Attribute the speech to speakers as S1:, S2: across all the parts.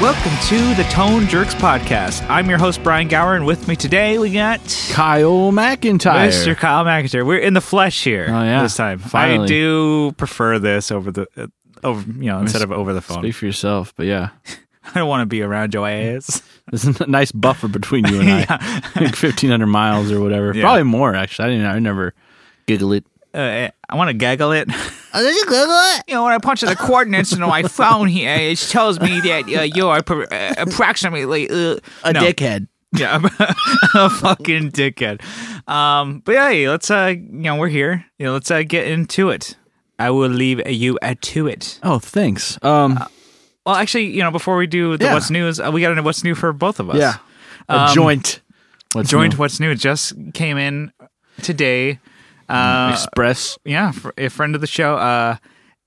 S1: Welcome to the Tone Jerks Podcast. I'm your host, Brian Gower, and with me today we got
S2: Kyle McIntyre.
S1: Mr. Kyle McIntyre. We're in the flesh here
S2: Oh, yeah.
S1: this time. I
S2: Finally.
S1: do prefer this over the. uh, Over, you know, instead of over the phone,
S2: Speak for yourself, but yeah,
S1: I don't want to be around your ass.
S2: there's a nice buffer between you and I. like 1,500 miles or whatever.
S1: Yeah.
S2: Probably more, actually. I didn't. I never giggle it.
S1: Uh, I want to gaggle it.
S2: Oh, did you giggle it?
S1: You know, when I punch in the coordinates in my phone here, it tells me that uh, you're pro- uh, approximately uh,
S2: A
S1: no.
S2: dickhead.
S1: Yeah, I'm a fucking dickhead. Um, but hey, let's uh, you know, we're here. You know, let's uh, get into it. I will leave you uh, to it.
S2: Oh, thanks. Um,
S1: Uh, Well, actually, you know, before we do the
S2: Yeah.
S1: what's news, uh, we got to know what's new for both of us.
S2: yeah, a
S1: Um,
S2: joint. What's
S1: joined
S2: new?
S1: what's new just came in today. Uh,
S2: Express.
S1: yeah, fr- a friend of the show, uh,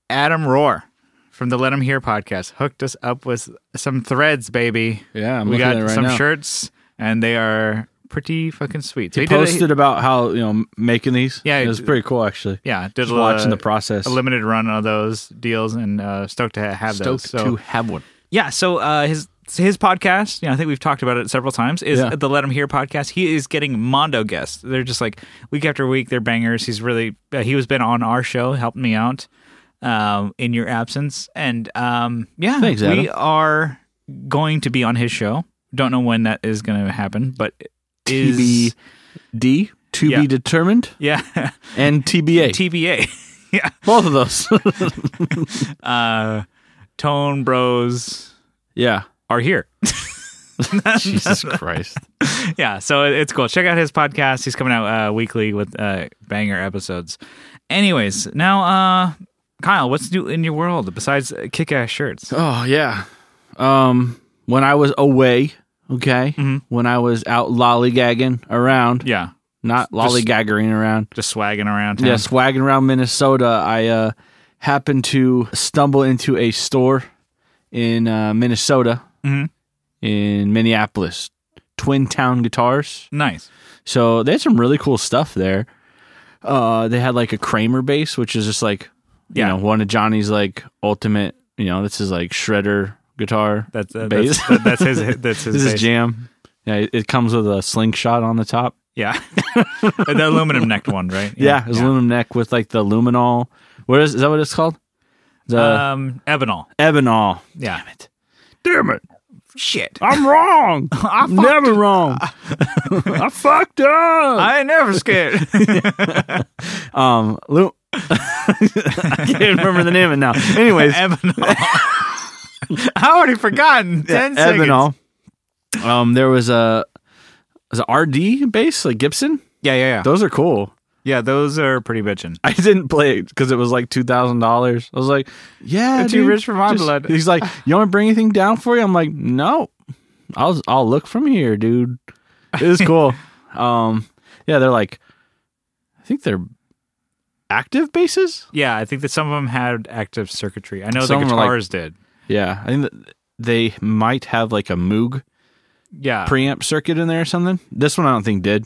S1: Adam Rohr from the Let Him Hear podcast, hooked us up with some threads, baby.
S2: Yeah, I'm
S1: we
S2: looking
S1: got
S2: at it right
S1: some
S2: now.
S1: shirts, and they are pretty fucking sweet. So
S2: He
S1: did a-
S2: posted about how you know making these.
S1: Yeah,
S2: it was
S1: it-
S2: pretty cool actually.
S1: yeah, did
S2: just
S1: a,
S2: watching the process.
S1: uh, a limited run of those deals, and uh, stoked to ha- have those.
S2: Stoked
S1: So
S2: to have one.
S1: yeah, so uh, his his podcast, you know, I think we've talked about it several times, is
S2: Yeah.
S1: the Let Him Hear podcast. He is getting Mondo guests. They're just like week after week, they're bangers. He's really uh, he was been on our show, helped me out um, in your absence, and um, yeah,
S2: Thanks,
S1: we
S2: Adam.
S1: are going to be on his show. Don't know when that is going to happen, but it is
S2: TBD to
S1: Yeah.
S2: be determined
S1: yeah
S2: and TBA.
S1: TBA yeah
S2: Both of those.
S1: uh, Tone Bros.
S2: yeah.
S1: are here.
S2: Jesus Christ.
S1: yeah, so it- it's cool. Check out his podcast. He's coming out uh, weekly with uh, banger episodes. Anyways, now uh, Kyle, what's new in your world besides uh, kick-ass shirts?
S2: Oh yeah. Um, when I was away, okay, when I was out lollygagging around,
S1: Yeah,
S2: not lollygaggering around,
S1: just swagging around. Town.
S2: yeah, swagging around Minnesota, I uh, happened to stumble into a store in uh, Minnesota,
S1: Mhm.
S2: in Minneapolis, Twin Town Guitars.
S1: nice.
S2: So they had some really cool stuff there. Uh, they had like a Kramer bass, which is just like, you
S1: Yeah.
S2: know, one of Johnny's like ultimate. You know, this is like shredder guitar.
S1: That's uh,
S2: Bass.
S1: that's, that- that's his. That's his.
S2: this is
S1: bass.
S2: jam. Yeah, it, it comes with a slingshot on the top.
S1: yeah, the aluminum necked one, right?
S2: Yeah, it's aluminum neck with like the luminol. What is is that? What it's called? The
S1: Um, Ebonol.
S2: ebonol.
S1: Yeah. Damn it.
S2: Damn it!
S1: Shit.
S2: I'm wrong. I'm never wrong. I fucked up.
S1: I ain't never scared.
S2: Um, lu- I can't remember the name of it now. Anyways,
S1: Ebonol. I already forgotten. Ten seconds.
S2: Ebonol. Um, there was a was an RD bass like Gibson.
S1: Yeah, yeah, yeah.
S2: Those are cool.
S1: Yeah, those are pretty bitchin'.
S2: I didn't play it because it was like two thousand dollars. I was like, "Yeah,
S1: Too
S2: dude,
S1: rich for my
S2: just-
S1: blood.
S2: He's like, "You want to bring anything down for you?" I'm like, "No, I'll I'll look from here, dude." It was cool. um, yeah, they're like, I think they're active bases.
S1: Yeah, I think that some of them had active circuitry. I know
S2: Some
S1: the
S2: of 'em are like-
S1: guitars did.
S2: Yeah, I think that they might have like a Moog
S1: Yeah,
S2: preamp circuit in there or something. This one I don't think did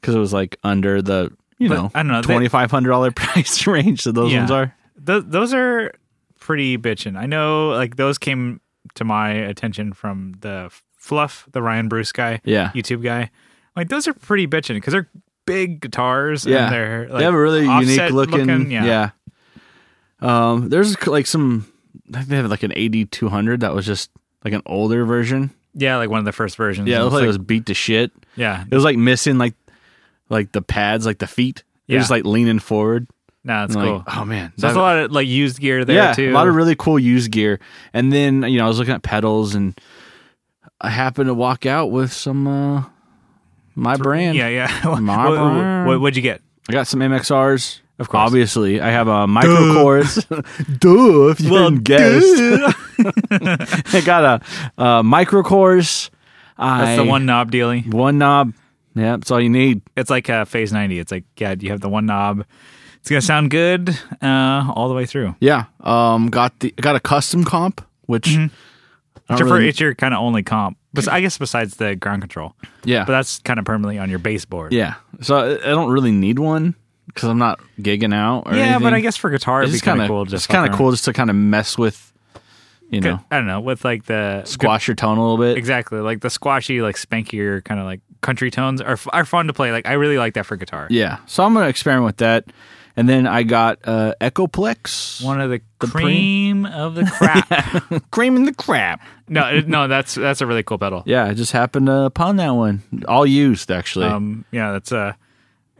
S2: because it was like under the you
S1: But,
S2: know
S1: I don't know, they-
S2: twenty five hundred dollar price range. So those
S1: Yeah.
S2: ones are.
S1: Th- those are pretty bitchin'. I know, like those came to my attention from the Fluff, the Ryan Bruce guy,
S2: Yeah.
S1: YouTube guy. Like those are pretty bitchin' because they're big guitars.
S2: Yeah,
S1: and they're like,
S2: they have a really unique
S1: offset
S2: looking.
S1: yeah,
S2: yeah. Um, there's c- like some. I think they have like an 8200 that was just like an older version.
S1: Yeah, like one of the first versions.
S2: Yeah, it
S1: And
S2: looked
S1: Mm-hmm. it's like-
S2: like, it was beat to shit.
S1: yeah.
S2: It was like missing like like the pads, like the feet. It
S1: Yeah.
S2: was just like leaning forward.
S1: No, that's
S2: I'm
S1: cool.
S2: like, oh man,
S1: so there's a lot of like used gear there
S2: yeah,
S1: too.
S2: a lot of really cool used gear. And then you know I was looking at pedals and I happened to walk out with some uh my brand.
S1: yeah, yeah. what,
S2: My brand.
S1: what, would you get?
S2: I got some MXRs.
S1: Of course.
S2: Obviously, I have a micro chorus. duh, if you
S1: Well,
S2: didn't guess. I got a, a micro chorus.
S1: That's the one knob dealy.
S2: One knob. Yeah, that's all you need.
S1: it's like uh, phase 90 it's like yeah you have the one knob it's gonna sound good uh, all the way through
S2: Yeah. Um. Got the got a custom comp, which.
S1: Mm-hmm.
S2: I
S1: it's
S2: don't
S1: your,
S2: really-
S1: kind of only comp but i guess besides the ground control
S2: yeah.
S1: but that's kind of permanently on your baseboard
S2: yeah. So I, I don't really need one because I'm not gigging out or
S1: Yeah, but I
S2: anything.
S1: guess for guitar it'd
S2: it's
S1: be
S2: just
S1: kind of
S2: kinda-
S1: cool. Just
S2: it's
S1: fuck
S2: kind of
S1: around.
S2: cool just to kind of mess with you know,
S1: I don't know with like the
S2: squash your tone a little bit.
S1: exactly like the squashy, like spankier kind of like country tones are are fun to play. Like I really like that for guitar.
S2: Yeah. So I'm gonna experiment with that, and then I got uh, Echoplex.
S1: One of the,
S2: pre-
S1: cream of the crap.
S2: Creaming the crap.
S1: No, it- no, that's that's a really cool pedal.
S2: Yeah, I just happened upon that one. All used actually.
S1: Um, yeah, that's uh,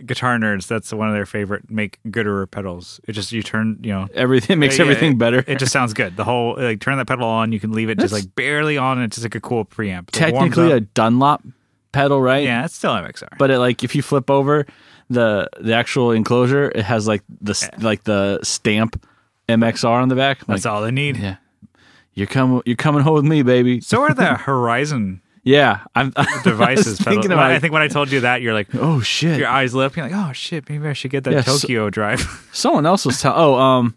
S1: guitar nerds. That's one of their favorite make gooder pedals. It just you turn, you know,
S2: everything makes
S1: yeah,
S2: everything
S1: it-
S2: better.
S1: It just sounds good. The whole like turn that pedal on, you can leave it just
S2: That's-
S1: like barely on. And it's just like a cool preamp. It warms
S2: Technically a
S1: up.
S2: Dunlop pedal, right?
S1: yeah, it's still MXR.
S2: But it like if you flip over the the actual enclosure, it has like the
S1: Eh.
S2: s like the stamp MXR on the back. Like,
S1: that's all they need.
S2: yeah. You're coming you're coming home with me, baby.
S1: So are the Horizon
S2: Yeah. I'm
S1: devices.
S2: I was
S1: pedals.
S2: thinking about
S1: I
S2: it.
S1: think when I told you that, you're like,
S2: Oh shit.
S1: your eyes lit up. You're like, oh shit, maybe I should get that
S2: Yeah, so-
S1: Tokyo Drive.
S2: Someone else was telling. Oh, um,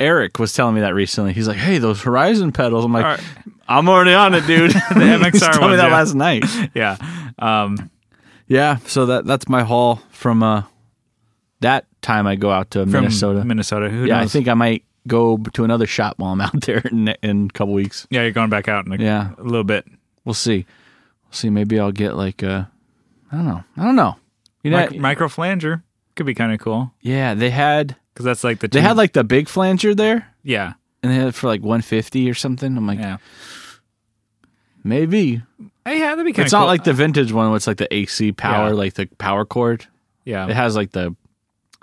S2: Eric was telling me that recently. He's like, "Hey, those Horizon pedals." I'm like,
S1: Alright.
S2: "I'm already on it, dude." the
S1: MXR
S2: told me
S1: ones,
S2: that
S1: yeah.
S2: last night.
S1: yeah. Um,
S2: Yeah, so that that's my haul from uh that time I go out to
S1: from
S2: Minnesota.
S1: Minnesota. Who
S2: yeah, I
S1: knows?
S2: think I might go b- to another shop while I'm out there in, in a couple weeks.
S1: Yeah, you're going back out in a,
S2: Yeah.
S1: a little bit.
S2: We'll see. We'll see. Maybe I'll get like a, I don't know. I don't know. You know?
S1: Mic- micro flanger could be kind of cool
S2: yeah, they had
S1: because that's like the
S2: they
S1: two-
S2: had like the big flanger there,
S1: yeah
S2: and they had it for like 150 or something. I'm like,
S1: yeah
S2: maybe
S1: hey, yeah that'd be kind
S2: It's
S1: of cool.
S2: not like the vintage one. where It's like the AC power,
S1: Yeah.
S2: like the power cord.
S1: yeah
S2: It has like the,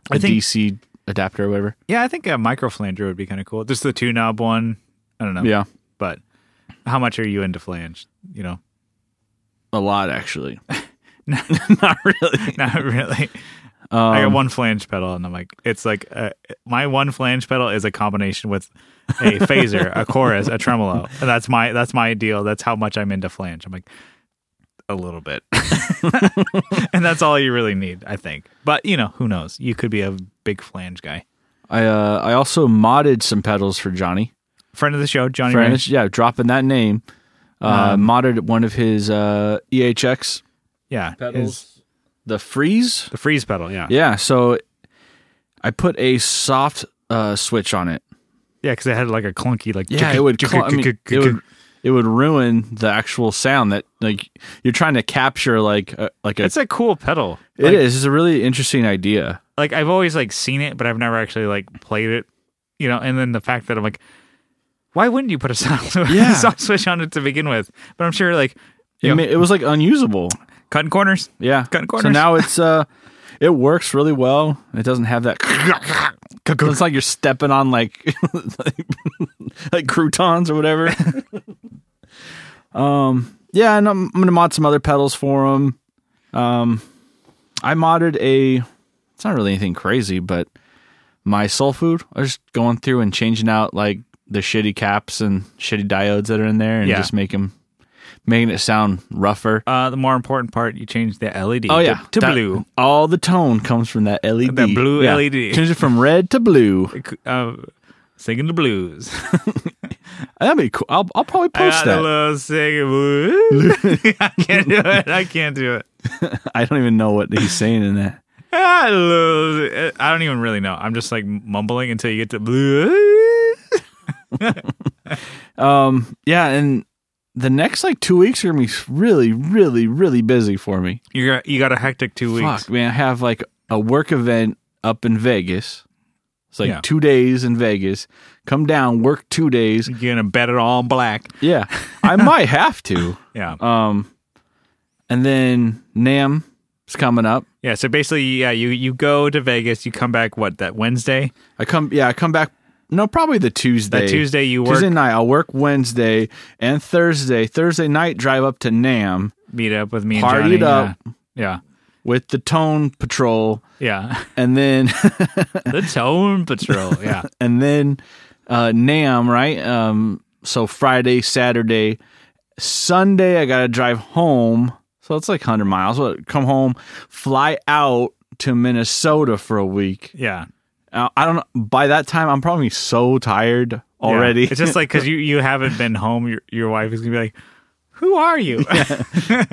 S1: I
S2: the
S1: think-
S2: DC adapter or whatever.
S1: yeah I think a micro flanger would be kind of cool just the two knob one I don't know
S2: Yeah,
S1: but how much are you into flange you know
S2: a lot actually.
S1: not really not really I got
S2: Um,
S1: one flange pedal and I'm like it's like uh, my one flange pedal is a combination with a phaser a chorus a tremolo and that's my that's my deal that's how much I'm into flange I'm like a little bit and that's all you really need I think but you know who knows you could be a big flange guy
S2: I uh, I also modded some pedals for Johnny.
S1: friend of the show Johnny
S2: Friend-
S1: Ray.
S2: yeah, dropping that name. Uh,
S1: Um,
S2: modded one of his uh, EHX
S1: yeah his-
S2: the Freeze.
S1: the freeze pedal yeah
S2: Yeah, so I put a soft uh, switch on it.
S1: yeah because it had like a clunky like
S2: yeah, it would, cl- I mean, it would it would ruin the actual sound that like you're trying to capture like a, like a
S1: it's a cool pedal
S2: it is it's a really interesting idea
S1: like I've always like seen it, but I've never actually like played it, you know. And then the fact that I'm like, why wouldn't you put a sound,
S2: Yeah.
S1: sound switch on it to begin with? But I'm sure like
S2: I
S1: you know,
S2: mean, it was like unusable
S1: cutting corners.
S2: yeah
S1: Cutting
S2: so
S1: corners.
S2: now it's uh it works really well it doesn't have that it's like you're stepping on like like, like croutons or whatever um yeah and I'm, I'm gonna mod some other pedals for them um i modded a it's not really anything crazy but my soul food i was just going through and changing out like the shitty caps and shitty diodes that are in there and
S1: Yeah.
S2: just make 'em- making it sound rougher
S1: Uh, the more important part, you change the LED.
S2: Oh
S1: to-
S2: yeah,
S1: to,
S2: That-
S1: blue.
S2: All the tone comes from that LED.
S1: That blue E
S2: Yeah.
S1: LED.
S2: Change it from red to blue.
S1: Uh, singing the blues.
S2: That'd be cool. I'll, I'll probably
S1: I
S2: post
S1: gotta
S2: that.
S1: love singing blues. I can't do it. I can't do it.
S2: I don't even know what he's saying in that.
S1: I love- Uh, I don't even really know. I'm just like mumbling until you get to blue.
S2: Um, yeah, and the next like two weeks are gonna be really, really, really busy for me.
S1: You got you got a hectic two weeks.
S2: Fuck, man, I have like a work event up in Vegas. It's like
S1: Yeah.
S2: two days in Vegas. Come down, work two days.
S1: You're gonna bet it all on black.
S2: Yeah, I might have to.
S1: Yeah.
S2: Um, and then Nam is coming up.
S1: Yeah, so basically, yeah, you you go to Vegas, you come back what that Wednesday,
S2: I come, yeah, I come back. No, probably the Tuesday.
S1: that Tuesday you work
S2: Tuesday night. I'll work Wednesday and Thursday. Thursday night, drive up to Nam,
S1: meet up with me, and
S2: Party it
S1: Johnny,
S2: up.
S1: yeah,
S2: with the Tone Patrol,
S1: yeah,
S2: and then
S1: yeah. the Tone Patrol, yeah,
S2: and then uh, Nam, right? Um, so Friday, Saturday, Sunday, I gotta drive home. So it's like hundred miles. Well, Come home, fly out to Minnesota for a week.
S1: yeah.
S2: Uh, I don't know. By that time, I'm probably so tired
S1: Yeah.
S2: already.
S1: It's just like because you you haven't been home, your your wife is gonna be like, Who are you?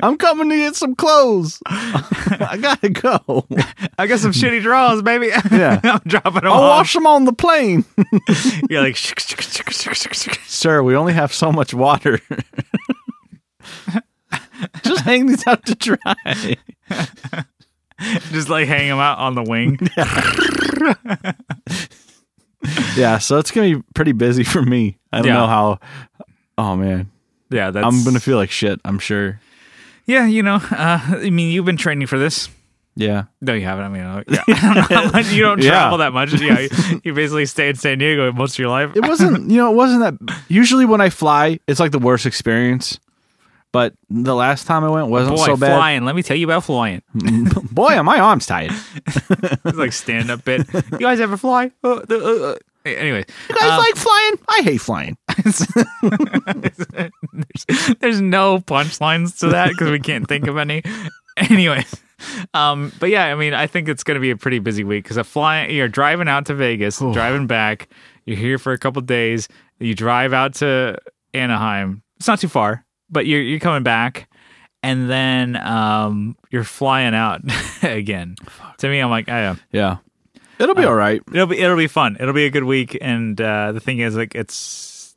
S2: I'm coming to get some clothes. I gotta go.
S1: I got some shitty drawers, baby.
S2: Yeah.
S1: I'm dropping them
S2: I'll
S1: off.
S2: wash them on the plane.
S1: You're like, shuk, shuk, shuk, shuk, shuk, shuk.
S2: Sir, we only have so much water. Just hang these out to dry.
S1: just like hang them out on the wing.
S2: Yeah, so it's gonna be pretty busy for me. I don't
S1: Yeah.
S2: know how. Oh man,
S1: Yeah, that's.
S2: I'm gonna feel like shit. I'm sure.
S1: Yeah, you know, uh, I mean, you've been training for this.
S2: Yeah,
S1: No, you haven't. I mean, uh, yeah. Not much- you don't
S2: Yeah.
S1: travel that much. Yeah, you, you basically stay in San Diego most of your life.
S2: it wasn't. you know, it wasn't that. Usually when I fly, it's like the worst experience. But the last time I went wasn't
S1: Boy,
S2: so bad.
S1: flying. Let me tell you about flying.
S2: Boy, are my arms tied.
S1: It's like stand up bit. You guys ever fly? Uh, the- uh, uh. Anyway,
S2: You guys like flying? I hate flying.
S1: there's, there's no punchlines to that because we can't think of any. Anyway, um, but yeah, I mean, I think it's going to be a pretty busy week because flying, you're driving out to Vegas, driving back. You're here for a couple days. You drive out to Anaheim. It's not too far, but you're you're coming back, and then um, you're flying out again. To me, I'm like, I uh, am.
S2: Yeah, Uh, it'll be all right.
S1: It'll be it'll be fun. It'll be a good week. And uh, the thing is, like, it's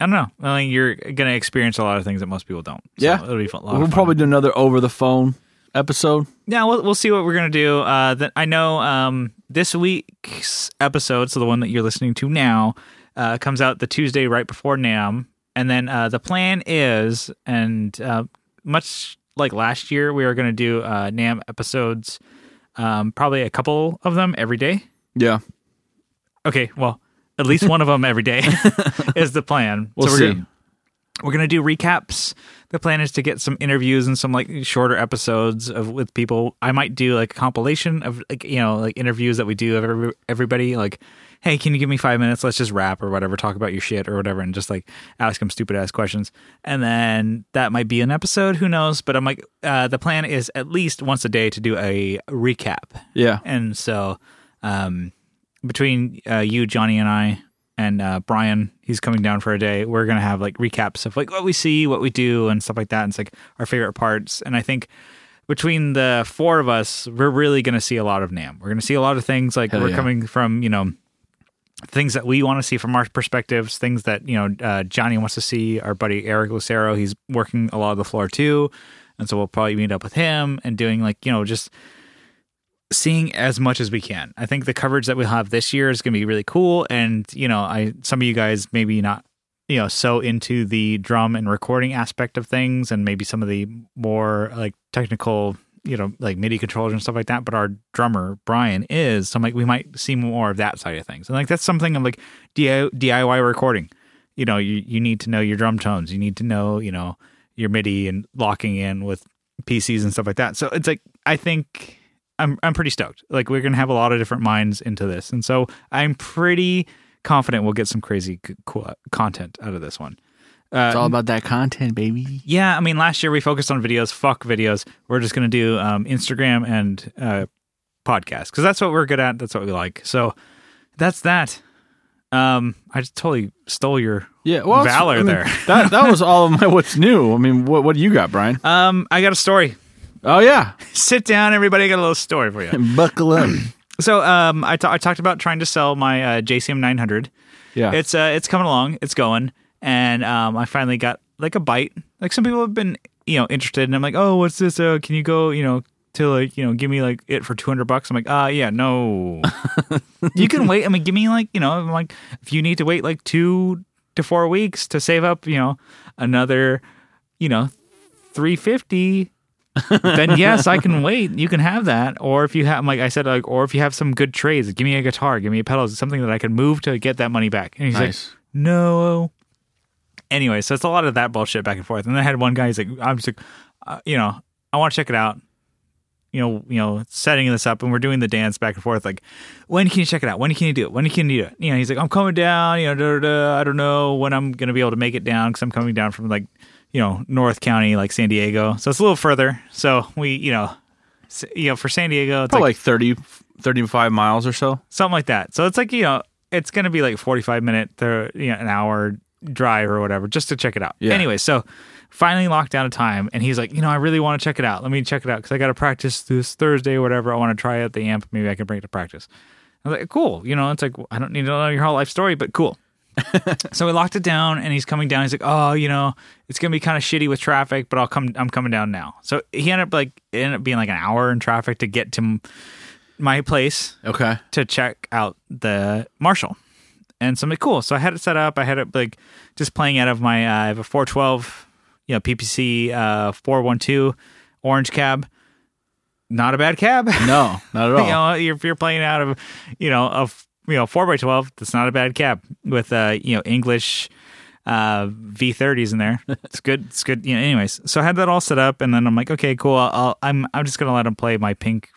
S1: I don't know. I think you're gonna experience a lot of things that most people don't. So
S2: Yeah.
S1: it'll be fun. a lot of
S2: We'll
S1: fun.
S2: probably do another over the phone episode.
S1: yeah. We'll we'll see what we're gonna do. Uh, that I know. Um, this week's episode, so the one that you're listening to now, uh, comes out the Tuesday right before Nam, and then uh, the plan is, and uh, much like last year, we are gonna do uh, Nam episodes. Um, probably a couple of them every day.
S2: Yeah,
S1: Okay, well, at least one of them every day is the plan.
S2: we'll
S1: we're
S2: see.
S1: Gonna, we're gonna do recaps. The plan is to get some interviews and some like shorter episodes of with people. I might do like a compilation of like you know like interviews that we do of every, everybody. Like, hey, can you give me five minutes? Let's just rap or whatever, talk about your shit or whatever, and just like ask them stupid ass questions. And then that might be an episode. Who knows? But I'm like, uh, the plan is at least once a day to do a recap
S2: yeah,
S1: and so um, between uh, you, Johnny, and I, and uh, Brian, he's coming down for a day. We're gonna have like recaps of like what we see, what we do, and stuff like that. And it's like our favorite parts. And I think between the four of us, we're really gonna see a lot of Nam. We're gonna see a lot of things like
S2: Hell
S1: we're
S2: yeah.
S1: coming from you know things that we want to see from our perspectives, things that you know uh, Johnny wants to see. Our buddy Eric Lucero, he's working a lot of the floor too, and so we'll probably meet up with him and doing like you know just seeing as much as we can. I think the coverage that we'll have this year is going to be really cool, and you know, I some of you guys maybe not you know so into the drum and recording aspect of things and maybe some of the more like technical you know like midi controllers and stuff like that but our drummer brian is so i'm like we might see more of that side of things and like that's something i'm like DI- diy recording you know you, you need to know your drum tones you need to know you know your midi and locking in with pcs and stuff like that so it's like i think i'm i'm pretty stoked like we're gonna have a lot of different minds into this and so i'm pretty confident we'll get some crazy c- cool content out of this one
S2: it's all about that content, baby.
S1: yeah, I mean, last year we focused on videos. Fuck videos. We're just gonna do um, Instagram and uh, podcast because that's what we're good at. That's what we like. So that's that. Um, I just totally stole your.
S2: Yeah, well, it's-
S1: Valor
S2: I mean,
S1: there.
S2: that that was all of my what's new. I mean, what what do you got, Brian?
S1: Um, I got a story.
S2: Oh yeah,
S1: Sit down, everybody. I got a little story for you.
S2: buckle up.
S1: So, um, I ta- I talked about trying to sell my uh, JCM 900.
S2: yeah,
S1: It's uh, it's coming along. It's going, and um, I finally got like a bite. Like some people have been, you know, interested, and I'm like, oh, what's this? Uh, can you go, you know, to like, you know, give me like it for 200 bucks? I'm like, uh, yeah, no. you can wait. I mean, give me like, you know, I'm like, if you need to wait like two to four weeks to save up, you know, another, you know, 350 then yes, I can wait. You can have that. Or if you have, like I said, like, or if you have some good trades, give me a guitar, give me a pedal, something that I can move to get that money back. And he's
S2: Nice.
S1: like, no. Anyway, so it's a lot of that bullshit back and forth. And then I had one guy. He's like, I'm just like, uh, you know, I want to check it out. You know, you know, setting this up, and we're doing the dance back and forth. Like, when can you check it out? When can you do it? When can you do it? You know, he's like, I'm coming down. You know, da, da, da, I don't know when I'm gonna be able to make it down because I'm coming down from like, you know, North County, like San Diego. So it's a little further. So we, you know, s- you know, for San Diego, it's like,
S2: probably like 30, 35 miles or so.
S1: something like that. So it's like you know, it's gonna be like forty five minute to you know, an hour drive or whatever just to check it out.
S2: Yeah.
S1: Anyway, so finally locked down a time and he's like, you know, I really want to check it out. Let me check it out because I got to practice this Thursday or whatever. I want to try out the amp. Maybe I can bring it to practice. I was like, cool. You know, it's like, I don't need to know your whole life story, but cool. so we locked it down and he's coming down. He's like, oh, you know, it's going to be kind of shitty with traffic, but I'll come, I'm coming down now. So he ended up like, it ended up being like an hour in traffic to get to m- my place
S2: Okay.
S1: to check out the Marshall. And so I'm like, cool. So I had it set up. I had it like just playing out of my, uh, I have a 412, you know, PPC uh, 412 orange cab. Not a bad cab.
S2: No, not at all.
S1: you know, if you're playing out of, you know, of you know four by twelve, that's not a bad cab with uh, you know English uh V30s in there. It's good. It's good. You know, anyways, so I had that all set up, and then I'm like, okay, cool. I'll, I'll I'm I'm just gonna let him play my pink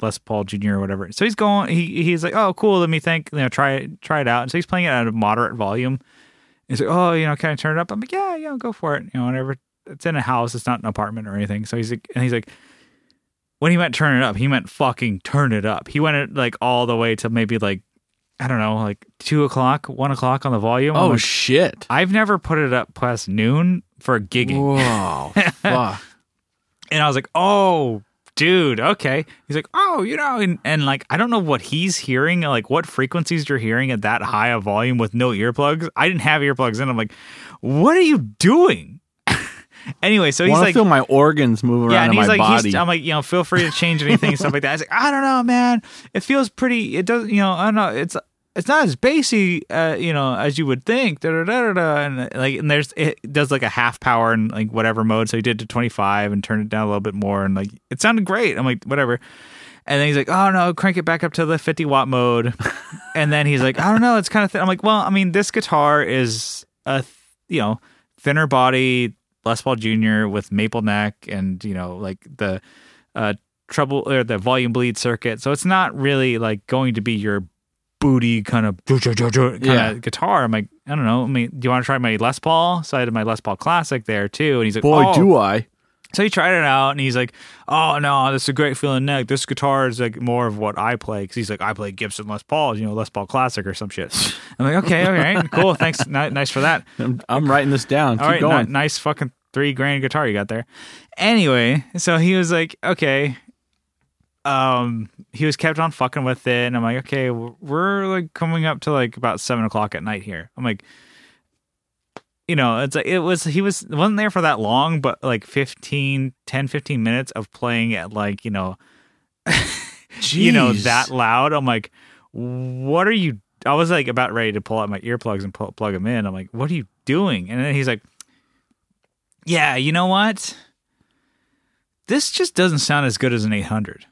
S1: Les Paul Junior or whatever. So he's going. He he's like, oh, cool. Let me think. You know, try it try it out. And so he's playing it at a moderate volume. He's like, oh, you know, kind of turn it up. I'm like, yeah, yeah, go for it. You know, whatever. It's in a house. It's not an apartment or anything. So he's like, and he's like, when he meant turn it up, he meant fucking turn it up. He went it like all the way to maybe like I don't know, like two o'clock, one o'clock on the volume. I'm
S2: oh
S1: like,
S2: shit.
S1: I've never put it up past noon for gigging.
S2: Whoa. fuck.
S1: And I was like, oh, dude, okay. He's like, oh, you know, and, and like, I don't know what he's hearing, like what frequencies you're hearing at that high a volume with no earplugs. I didn't have earplugs in. I'm like, what are you doing? anyway, so
S2: I
S1: he's
S2: want to
S1: like,
S2: feel my organs move around
S1: yeah, and
S2: in
S1: he's
S2: my
S1: like,
S2: body.
S1: He's, I'm like, you know, feel free to change anything and stuff like that. I was like, I don't know, man. It feels pretty. It does, you know, I don't know. It's it's not as bassy, uh, you know, as you would think. Da, da, da, da, da. And uh, like, and there's it does like a half power and like whatever mode. So he did to 25 and turned it down a little bit more, and like it sounded great. I'm like, whatever. And then he's like, oh no, crank it back up to the 50 watt mode. and then he's like, I don't know, it's kind of thin. I'm like, well, I mean, this guitar is a, th- you know, thinner body Les Paul Jr. with maple neck and, you know, like the uh, treble or the volume bleed circuit. So it's not really like going to be your booty kind of kind
S2: Yeah.
S1: of guitar. I'm like, I don't know. I mean, do you want to try my Les Paul? So I had my Les Paul Classic there too. And he's like,
S2: Boy,
S1: oh.
S2: do I.
S1: So he tried it out and he's like, "Oh no, this is a great feeling neck. This guitar is like more of what I play because he's like I play Gibson Les Paul, you know, Les Paul Classic or some shit." I'm like, "Okay, all right, cool, thanks, ni- nice for that."
S2: I'm, I'm writing this down. Keep
S1: All right,
S2: going.
S1: ni- nice fucking three grand guitar you got there. Anyway, so he was like, "Okay." Um, he was kept on fucking with it, and I'm like, "Okay, w- we're like coming up to like about seven o'clock at night here." I'm like, you know it's like it was he was wasn't there for that long but like 15 10 15 minutes of playing at like you know you know
S2: Jeez.
S1: that loud i'm like what are you i was like about ready to pull out my earplugs and pl- plug them in i'm like what are you doing and then he's like yeah you know what this just doesn't sound as good as an 800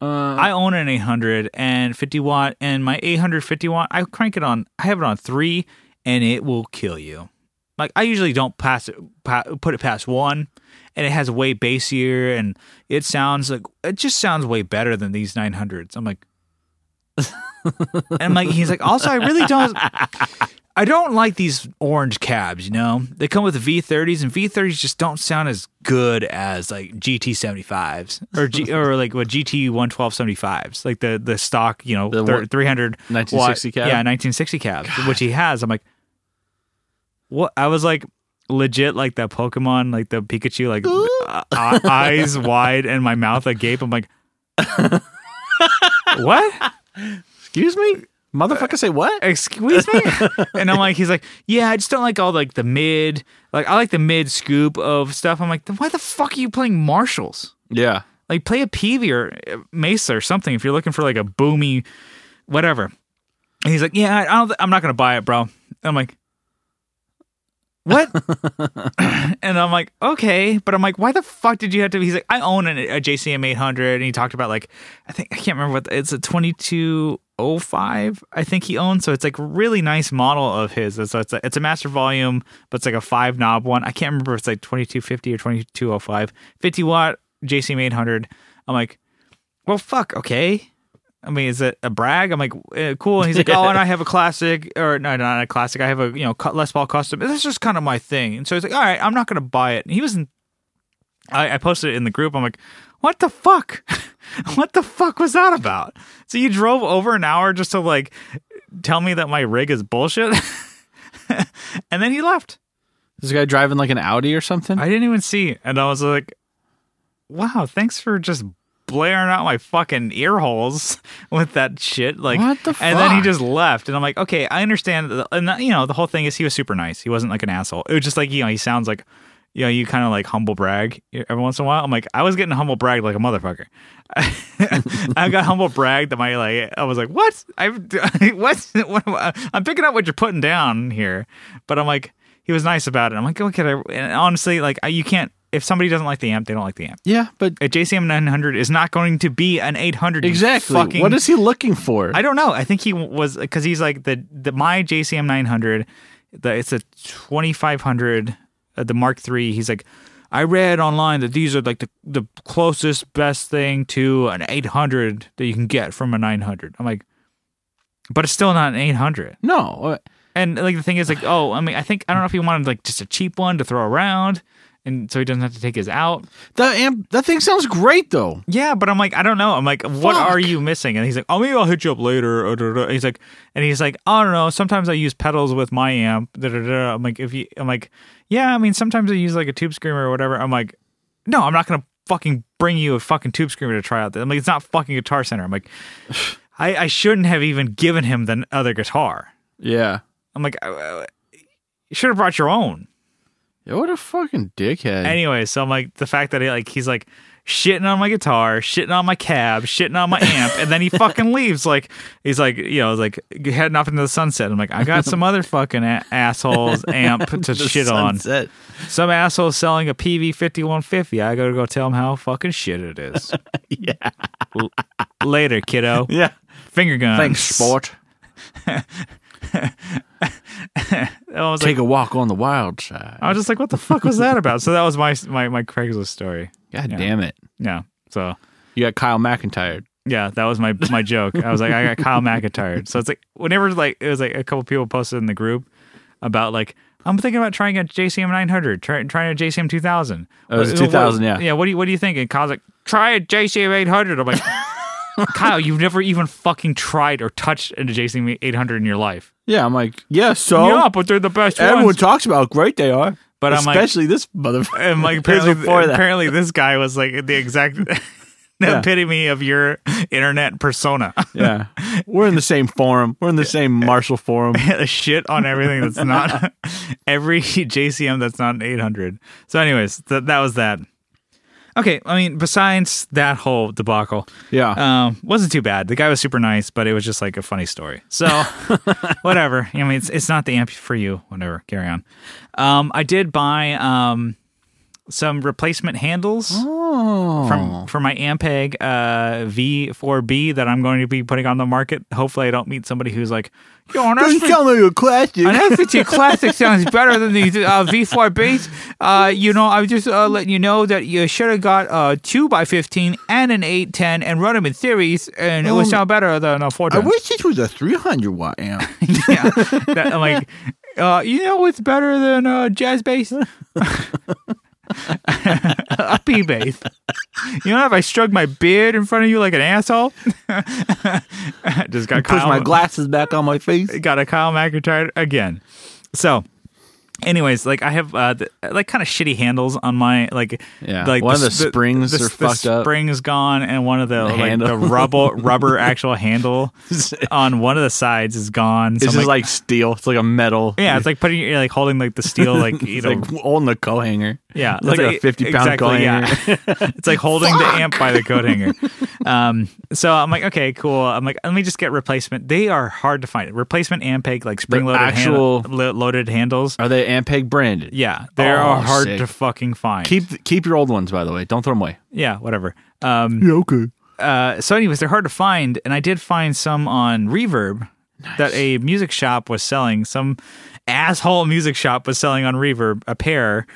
S2: Uh,
S1: I own an 850 watt, and my 850 watt, I crank it on. I have it on three, and it will kill you. Like I usually don't pass it, pa- put it past one, and it has way bassier, and it sounds like it just sounds way better than these 900s. I'm like, and I'm like he's like, also I really don't. I don't like these orange cabs, you know? They come with V30s and V30s just don't sound as good as like GT75s or G, or like what GT11275s, like the the stock, you know,
S2: The
S1: thir-
S2: one-
S1: 300
S2: 1960
S1: watt-
S2: cab?
S1: Yeah, 1960 cab, which he has. I'm like what I was like legit like that Pokemon, like the Pikachu like uh, uh, eyes wide and my mouth agape. I'm like What?
S2: excuse me, motherfucker.
S1: Uh,
S2: Say what?
S1: excuse me and i'm like he's like yeah i just don't like all like the mid like i like the mid scoop of stuff i'm like then why the fuck are you playing marshalls
S2: Yeah.
S1: like play a peavy or uh, mesa or something if you're looking for like a boomy whatever and he's like yeah I I don't, i'm not gonna buy it bro i'm like what and i'm like okay but i'm like why the fuck did you have to he's like i own an, a jcm 800 and he talked about like i think i can't remember what the, it's a 2205 i think he owns so it's like really nice model of his so it's a, it's a master volume but it's like a five knob one i can't remember if it's like 2250 or 2205 50 watt jcm 800 i'm like well fuck okay I mean, is it a brag? I'm like, eh, cool. And he's like, oh, and I have a classic, or no, not a classic. I have a you know cu- Les Paul custom. This is just kind of my thing. And so he's like, all right, I'm not gonna buy it. And he wasn't. I, I posted it in the group. I'm like, what the fuck? what the fuck was that about? So you drove over an hour just to like tell me that my rig is bullshit. and then he left.
S2: This guy driving like an Audi or something.
S1: I didn't even see. And I was like, wow, thanks for just blaring out my fucking ear holes with that shit. Like,
S2: What the
S1: And then he
S2: fuck?
S1: just left. And I'm like, okay, I understand. And, you know, the whole thing is he was super nice. He wasn't like an asshole. It was just like, you know, he sounds like, you know, you kind of like humble brag e-, every once in a while. I'm like, I was getting humble bragged like a motherfucker. I got humble bragged that my like I was like, what? I what? what am I- I'm picking up what you're putting down here, but I'm like, he was nice about it. I'm like, okay, I- and honestly, like I, you can't. If somebody doesn't like the amp, they don't like the amp.
S2: yeah, but
S1: A JCM 900 is not going to be an 800. you
S2: exactly.
S1: Fucking,
S2: what is he looking for?
S1: I don't know. I think he was because he's like the the my JCM 900. The, it's a 2500, uh, the Mark III. He's like, I read online that these are like the the closest best thing to an 800 that you can get from a 900. I'm like, but it's still not an 800.
S2: no. uh,
S1: And like the thing is like, oh, I mean, I think I don't know if he wanted like just a cheap one to throw around, and so he doesn't have to take his out.
S2: That amp, that thing sounds great though.
S1: Yeah, but I'm like, I don't know. I'm like, what
S2: Fuck.
S1: are you missing? And he's like, oh, maybe I'll hit you up later. or da, da, da. He's like, and he's like, I don't know. Sometimes I use pedals with my amp. da, da, da, da. I'm like, if you, I'm like, yeah. I mean, sometimes I use like a tube screamer or whatever. I'm like, no, I'm not gonna fucking bring you a fucking tube screamer to try out. I'm like, it's not fucking Guitar Center. I'm like, I, I shouldn't have even given him the other guitar.
S2: Yeah.
S1: I'm like, I, I- you should have brought your own.
S2: Yeah, what a fucking dickhead.
S1: Anyway, so I'm like the fact that he like he's like shitting on my guitar, shitting on my cab, shitting on my amp, and then he fucking leaves. Like he's like you know like heading off into the sunset. I'm like I got some other fucking a- assholes amp to
S2: The
S1: shit on.
S2: sunset.
S1: Some asshole selling a PV fifty one fifty. I gotta go tell him how fucking shit it is.
S2: Yeah.
S1: L- later, kiddo.
S2: Yeah.
S1: Finger guns.
S2: Thanks, sport.
S1: I was like,
S2: Take a walk on the wild side.
S1: I was just like, what the fuck was that about? So that was my my my Craigslist story.
S2: God damn it.
S1: Yeah. So
S2: You got Kyle McIntyre.
S1: Yeah, that was my my joke. I was like, I got Kyle McIntyre. So it's like whenever like it was like a couple people posted in the group about like I'm thinking about trying a JCM 900, try, trying a JCM 2000.
S2: Oh, it was a
S1: What-
S2: 2000, yeah.
S1: what, Yeah. What do you what do you think? And Kyle's like, try a JCM 800. I'm like, Kyle, you've never even fucking tried or touched a JCM 800 in your life.
S2: Yeah, I'm like, yeah, so
S1: yeah, but they're the best
S2: Oh. everyone
S1: ones.
S2: talks about how great they are.
S1: But I'm like-
S2: especially this motherfucker.
S1: and like
S2: Here's
S1: apparently,
S2: before that.
S1: apparently this guy was like the exact epitome of your internet persona.
S2: Yeah. We're in the same forum. We're in the same Marshall forum.
S1: shit on everything that's not every JCM that's not an 800. So, anyways, th- that was that. Okay, I mean, besides that whole debacle,
S2: Yeah.
S1: um, wasn't too bad. The guy was super nice, but it was just like a funny story. So, whatever. I mean, it's it's not the amp for you. Whatever. Carry on. Um, I did buy um some replacement handles
S2: oh.
S1: from for my Ampeg uh, V4B that I'm going to be putting on the market. Hopefully, I don't meet somebody who's like, "Yo, an
S2: Don't
S1: SVT
S2: tell me your question.
S1: an FPT Classic sounds better than the uh, V4 bass. Uh, you know, I'm just uh, letting you know that you should have got a 2x15 and an 810 and run them in series, and it would
S2: Um,
S1: sound better than a 410.
S2: this was a 300 watt amp.
S1: yeah. That- I'm like, uh, you know what's better than uh, jazz bass? a B bass. You know if I stroked my beard in front of you like an asshole? just got
S2: Push
S1: Kyle-
S2: my glasses back on my face.
S1: got a Kyle McIntyre again. So, anyways, like I have uh, the, like kind of shitty handles on my like
S2: Yeah. One of the
S1: sp-
S2: springs
S1: the,
S2: are
S1: the
S2: fucked up.
S1: spring is gone, and one of the, like
S2: handle.
S1: the rubber rubber actual handle on one of the sides is gone. So
S2: It's
S1: I'm
S2: just like steel. It's like a metal.
S1: yeah, it's like putting you're like holding like the steel like you
S2: It's
S1: know
S2: like on the co hanger.
S1: yeah,
S2: It's like, a 50 pound co hanger.
S1: Yeah. it's like holding the amp by the coat hanger. Um, so I'm like, okay, cool. I'm like, let me just get replacement. They are hard to find. Replacement Ampeg like spring loaded
S2: actual-
S1: lo- loaded handles.
S2: Are they Ampeg branded?
S1: Yeah, they
S2: Oh,
S1: are hard
S2: sick.
S1: to fucking find.
S2: Keep keep your old ones, by the way. Don't throw them away.
S1: yeah, whatever. Um,
S2: Yeah, okay.
S1: uh, so anyways, they're hard to find, and I did find some on Reverb that a music shop was selling. Some asshole music shop was selling on Reverb a pair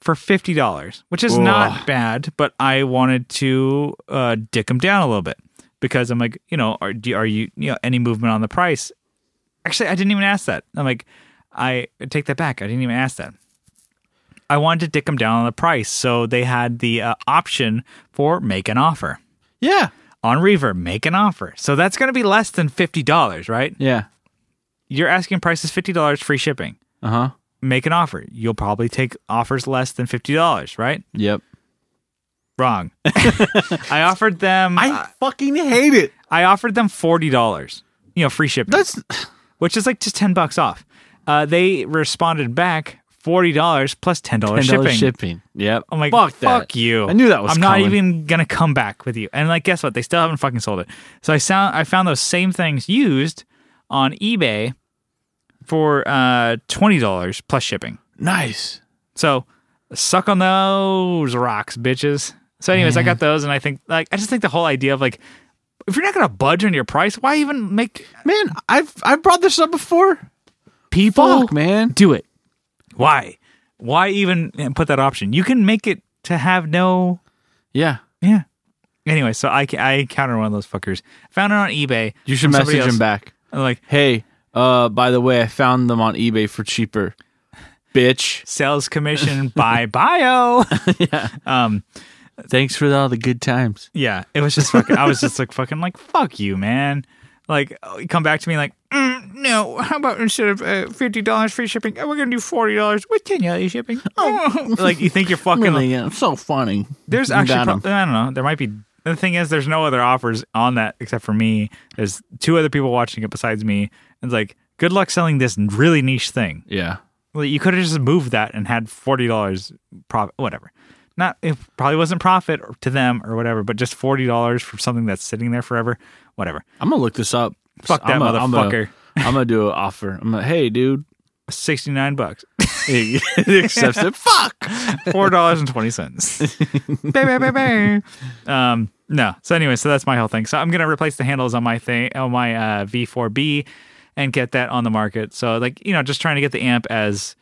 S1: for fifty dollars, which is not bad. But I wanted to uh, dick them down a little bit because I'm like, you know, are, do, are you, you know, any movement on the price? Actually, I didn't even ask that. I'm like, I take that back. I didn't even ask that. I wanted to dick them down on the price, so they had the uh, option for make an offer
S2: Yeah.
S1: on Reverb, make an offer. So that's going to be less than $50, right?
S2: Yeah.
S1: Your asking price is $50, free shipping.
S2: Uh huh.
S1: Make an offer. You'll probably take offers less than $50, right?
S2: Yep.
S1: Wrong. I offered them I,
S2: fucking hate it.
S1: offered them $40. You know, free shipping,
S2: That's
S1: which is like just 10 bucks off. Uh, they responded back $40 plus $10, shipping.
S2: shipping. Yep.
S1: I'm like,
S2: fuck
S1: fuck,
S2: that.
S1: you.
S2: I knew that was
S1: I'm
S2: coming.
S1: not even gonna come back with you. And like, guess what? They still haven't fucking sold it. So I sound I found those same things used on eBay for uh twenty dollars plus shipping.
S2: Nice.
S1: So suck on those rocks, bitches. So, anyways, I got those, and I think like I just think the whole idea of like if you're not gonna budge on your price, why even make
S2: Man, I've I've brought this up before.
S1: people
S2: Fuck, man.
S1: do it? Why? Why even put that option? You can make it to have no
S2: Yeah.
S1: Yeah. Anyway, so I, I encountered one of those fuckers. Found it on eBay.
S2: You should
S1: from
S2: message
S1: somebody
S2: him
S1: else.
S2: back.
S1: I'm like,
S2: Hey, uh, by the way, I found them on eBay for cheaper. Bitch.
S1: sales commission by bio.
S2: Thanks for all the good times.
S1: yeah, it was just fucking, I was just like, fucking like, fuck you, man. Like, oh, you come back to me like, mm, no, how about instead of uh, $50 free shipping, uh, we're going to do $40 with $10 shipping. Oh. like, you think you're fucking,
S2: yeah, uh, so funny.
S1: there's
S2: You
S1: actually,
S2: got 'em.
S1: pro- I don't know, there might be, the thing is, there's no other offers on that except for me. There's two other people watching it besides me. It's like, good luck selling this really niche thing.
S2: yeah.
S1: Well, you could have just moved that and had forty dollars profit, whatever. Not it probably wasn't profit or- to them or whatever, but just forty dollars for something that's sitting there forever, whatever.
S2: I'm gonna look this up.
S1: Fuck that
S2: I'm a- I'm a-
S1: motherfucker.
S2: I'm gonna do an offer. I'm like, hey, dude.
S1: Sixty nine bucks,
S2: He accepts it. Fuck.
S1: four dollars and twenty cents. um, no. So anyway, so that's my whole thing. So I'm gonna replace the handles on my thing on my uh, V4B and get that on the market. So like you know, just trying to get the amp as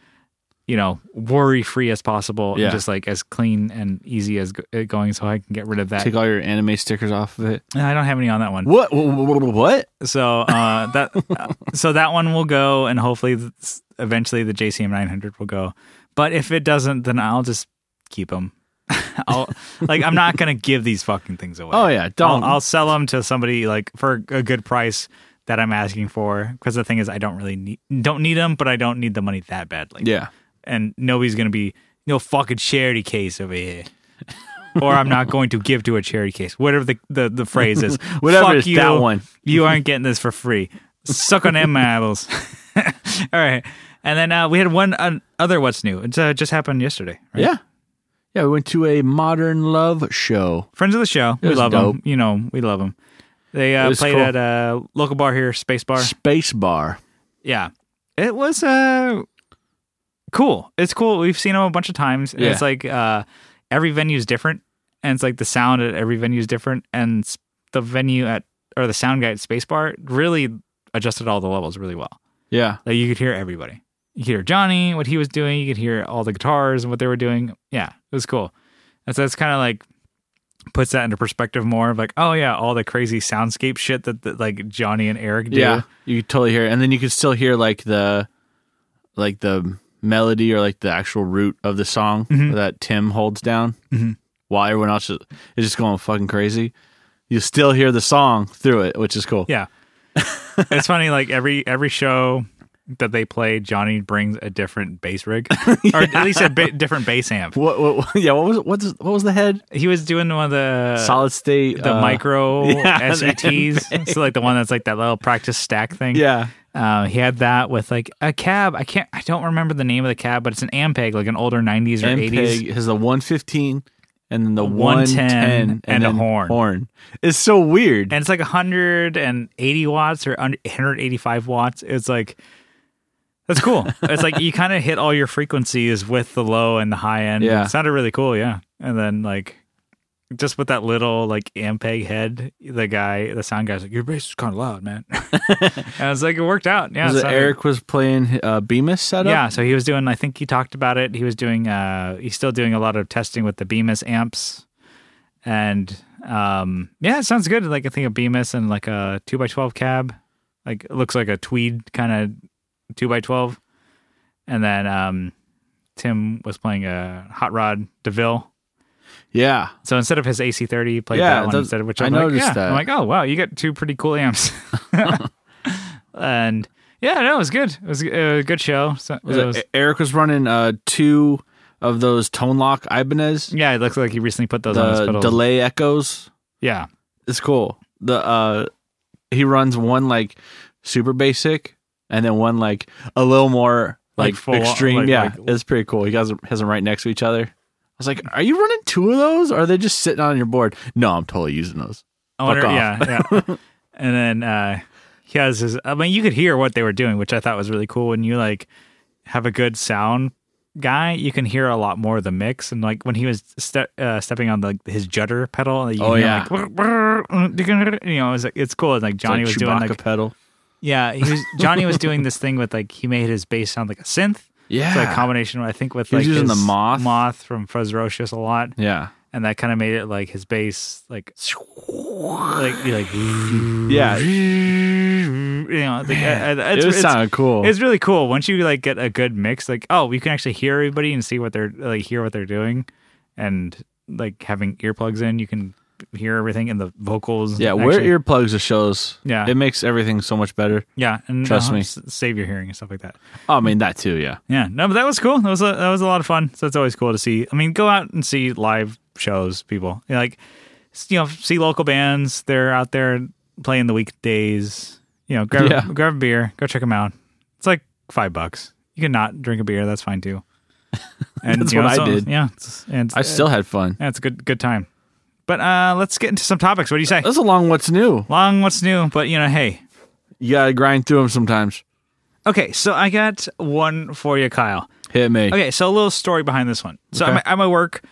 S1: you know worry free as possible
S2: Yeah.
S1: and just like as clean and easy as go- it going, so I can get rid of that
S2: Take all your anime stickers off of it.
S1: I don't have any on that one.
S2: What? What? What?
S1: So uh, that so that one will go, and hopefully, th- eventually, the JCM 900 will go. But if it doesn't, then I'll just keep them. I'll like I'm not gonna give these fucking things away.
S2: Oh, yeah, don't.
S1: I'll, I'll sell them to somebody like for a good price that I'm asking for. Because the thing is, I don't really need don't need them, but I don't need the money that badly.
S2: Yeah.
S1: And nobody's gonna be no fucking charity case over here. or I'm not going to give to a charity case. Whatever the the, the phrase is.
S2: Whatever
S1: Fuck
S2: it is,
S1: you.
S2: that one.
S1: You aren't getting this for free. Suck on them apples. All right. And then uh, we had one uh, other what's new. It uh, just happened yesterday. Right?
S2: Yeah. Yeah, we went to a modern love show.
S1: Friends of the show. We
S2: was
S1: love
S2: dope.
S1: them. You know, we love them. They
S2: It
S1: uh,
S2: was
S1: played
S2: cool.
S1: at a local bar here, Space Bar.
S2: Space bar.
S1: Yeah. It was uh cool. It's cool. We've seen them a bunch of times. And
S2: Yeah.
S1: It's like uh every venue is different and it's like the sound at every venue is different and s- the venue at or the sound guy at Space Bar really adjusted all the levels really well.
S2: Yeah.
S1: Like you could hear everybody. You could hear Johnny, what he was doing. You could hear all the guitars and what they were doing. Yeah, it was cool. And so it's kind of like puts that into perspective more of like, oh yeah, all the crazy soundscape shit that, that like Johnny and Eric do.
S2: Yeah. You could totally hear it. And then you could still hear like the like the melody or like the actual root of the song
S1: Mm-hmm.
S2: that Tim holds down while everyone else is is just going fucking crazy. You still hear the song through it, which is cool.
S1: Yeah. it's funny, like every every show that they play, Johnny brings a different bass rig. Or at least a bit different bass amp.
S2: What, what, what- yeah, what was what's what was the head?
S1: He was doing one of the
S2: Solid state
S1: the
S2: uh,
S1: micro
S2: yeah, the
S1: SETs. So like the one that's like that little practice stack thing.
S2: Yeah.
S1: Uh, he had that with like a cab. I can't I don't remember the name of the cab, but it's an Ampeg, like an older nineties or eighties.
S2: MPEG has the 115 and then the
S1: 110
S2: 110
S1: and a
S2: then
S1: horn.
S2: Horn. It's so weird.
S1: And it's like 180 watts or un- 185 watts. It's like that's cool. it's like you kind of hit all your frequencies with the low and the high end.
S2: Yeah.
S1: It sounded really cool, yeah. And then like just with that little like Ampeg head, the guy, the sound guy's like, "Your bass is kind of loud, man." and I was like, "It worked out." Yeah,
S2: Was
S1: it
S2: it
S1: sounded-
S2: Eric was playing uh, Bemis setup.
S1: Yeah, so he was doing. I think he talked about it. He was doing. Uh, he's still doing a lot of testing with the Bemis amps, and um, yeah, it sounds good. Like I think a Bemis and like a two x twelve cab, like it looks like a tweed kind of two x twelve, and then um, Tim was playing a hot rod Deville.
S2: Yeah.
S1: So instead of his AC thirty, he played
S2: Yeah,
S1: that one
S2: that-
S1: instead of which
S2: I
S1: I'm like, oh,
S2: noticed
S1: yeah.
S2: that.
S1: I'm like, oh wow, you got two pretty cool amps. and Yeah, no, it was good. It was a uh, good show. So,
S2: Was
S1: it
S2: it- E-,
S1: was-
S2: Eric was running uh, two of those tone lock Ibanez,
S1: yeah, it looks like he recently put those on his
S2: the
S1: pedals.
S2: delay echoes.
S1: yeah,
S2: It's cool. The uh, he runs one like super basic, and then one like a little more
S1: Like
S2: like,
S1: full-
S2: extreme.
S1: like-
S2: yeah,
S1: like-
S2: it's pretty cool. He guys has them right next to each other. I was like, "Are you running two of those? Or are they just sitting on your board?" No, I'm totally using those.
S1: I wonder,
S2: Fuck off.
S1: yeah, yeah. and then uh, he has his. I mean, you could hear what they were doing, which I thought was really cool. When you like have a good sound guy, you can hear a lot more of the mix. And like when he was ste- uh, stepping on the his judder pedal, you can
S2: Oh,
S1: hear,
S2: yeah.
S1: like, you know, it was, like, it's cool. And like Johnny
S2: It's
S1: was doing
S2: like Chewbacca
S1: like
S2: pedal.
S1: yeah, he was Johnny was doing this thing with like he made his bass sound like a synth.
S2: Yeah,
S1: It's like a combination, I think, with
S2: He was
S1: like
S2: using the
S1: his
S2: Moth.
S1: moth from Fuzrocious a lot,
S2: yeah,
S1: and that kind of made it like his bass, like like be like
S2: yeah.
S1: you know, like, I- I- it's,
S2: it was
S1: it's,
S2: sounding cool.
S1: it's really cool once you like get a good mix. Like, oh, you can actually hear everybody and see what they're like, hear what they're doing, and like having earplugs in, you can hear everything and the vocals.
S2: yeah,
S1: actually,
S2: wear earplugs to shows.
S1: Yeah.
S2: it makes everything so much better.
S1: yeah, and
S2: Trust
S1: uh,
S2: me.
S1: s- save your hearing and stuff like that.
S2: Oh, I mean that too. Yeah,
S1: Yeah, no, but that was cool. That was a, that was a lot of fun. So it's always cool to see. I mean, go out and see live shows, people. You know, like, s- you know, see local bands. They're out there playing the weekdays. You know, grab
S2: Yeah.
S1: grab a beer, go check them out. It's like five bucks. You can not drink a beer. That's fine too. And
S2: That's
S1: you know,
S2: what I
S1: so-
S2: did.
S1: Yeah, it's, and it's,
S2: I still had fun.
S1: yeah, it's a good good time. But uh let's get into some topics. What do you say?
S2: That's a long. What's new?
S1: Long, what's new? But you know, hey,
S2: You gotta grind through them sometimes.
S1: okay. So I got one for you, Kyle.
S2: Hit me.
S1: Okay, so a little story behind this one. So I'm, I'm at work.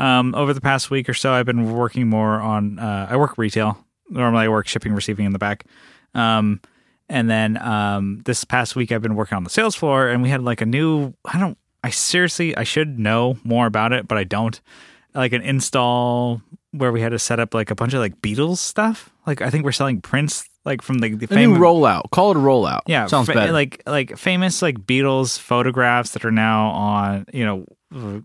S1: Um, over the past week or so, I've been working more on. Uh, I work retail. Normally, I work shipping, receiving in the back. Um, and then um, this past week, I've been working on the sales floor, and we had like a new. I don't. I seriously, I should know more about it, but I don't. Like an install where we had to set up like a bunch of like Beatles stuff. Like I think we're selling prints like from the, the
S2: A new
S1: famous
S2: rollout. Call it a rollout.
S1: yeah
S2: sounds
S1: fa-
S2: better.
S1: like like famous like beatles photographs that are now on you know uh,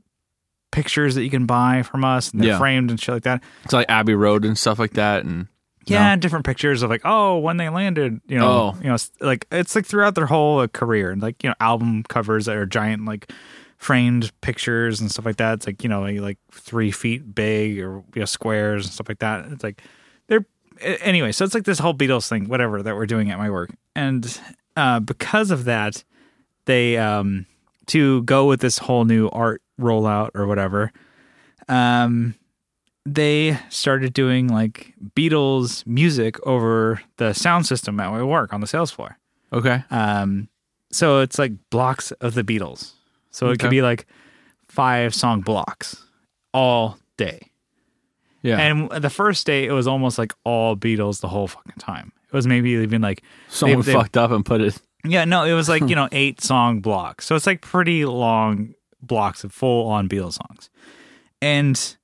S1: pictures that you can buy from us and they're
S2: Yeah.
S1: framed and shit like that
S2: it's like Abbey Road and stuff like that. And
S1: yeah and different pictures of like oh when they landed you know
S2: Oh.
S1: you know s- like it's like throughout their whole uh, career and like you know album covers that are giant like framed pictures and stuff like that it's like you know like- like three feet big or you know squares and stuff like that it's like they're a- anyway so it's like this whole beatles thing whatever that we're doing at my work and uh because of that they um to go with this whole new art rollout or whatever um they started doing like Beatles music over the sound system at my work on the sales floor.
S2: okay,
S1: Um, so it's like blocks of the Beatles. So it could
S2: Okay.
S1: be like five song blocks all day.
S2: yeah,
S1: And the first day, it was almost like all Beatles the whole fucking time. It was maybe even like
S2: someone
S1: they- they-
S2: fucked up and put it.
S1: yeah, no, it was like, you know, eight song blocks. So it's like pretty long blocks of full on Beatles songs. And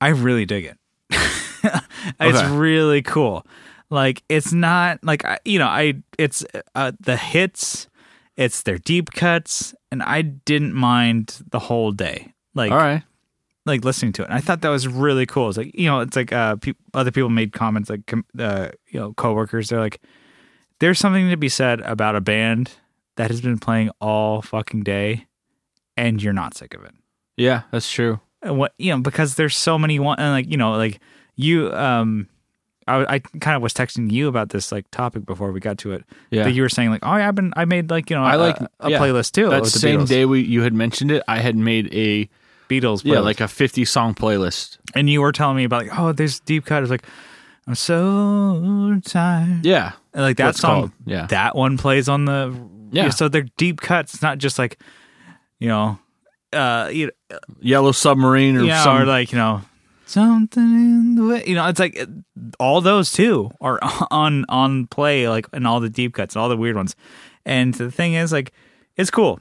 S1: I really dig it. it's
S2: Okay.
S1: really cool. Like it's not like I, you know, I it's uh, the hits, it's their deep cuts, and I didn't mind the whole day. Like
S2: All right,
S1: like listening to it. And I thought that was really cool. It's like you know, it's like uh, peop other people made comments like com- uh, you know, coworkers. They're like, there's something to be said about a band that has been playing all fucking day, and you're not sick of it.
S2: yeah, that's true.
S1: And what you know, because there's so many one and like you know, like you um. I, I kind of was texting you about this like topic before we got to it.
S2: Yeah.
S1: that you were saying like, oh, yeah, I've been I made like you know
S2: I
S1: a-
S2: like-
S1: a,
S2: yeah.
S1: playlist too.
S2: That
S1: with the
S2: same
S1: Beatles.
S2: day we you had mentioned it, I had made a
S1: Beatles playlist.
S2: yeah like a fifty song playlist.
S1: and you were telling me about like, oh, there's deep cut. I was like, I'm so tired.
S2: Yeah,
S1: And, like that
S2: What's
S1: song,
S2: called, yeah.
S1: that one plays on the
S2: Yeah.
S1: So they're deep cuts, not just like, you know, uh, you
S2: Yellow Submarine or
S1: yeah, or
S2: something.
S1: like you know, something in the way. You know, it's like it- all those too are on on play like and all the deep cuts, all the weird ones. And the thing is, like, it's cool.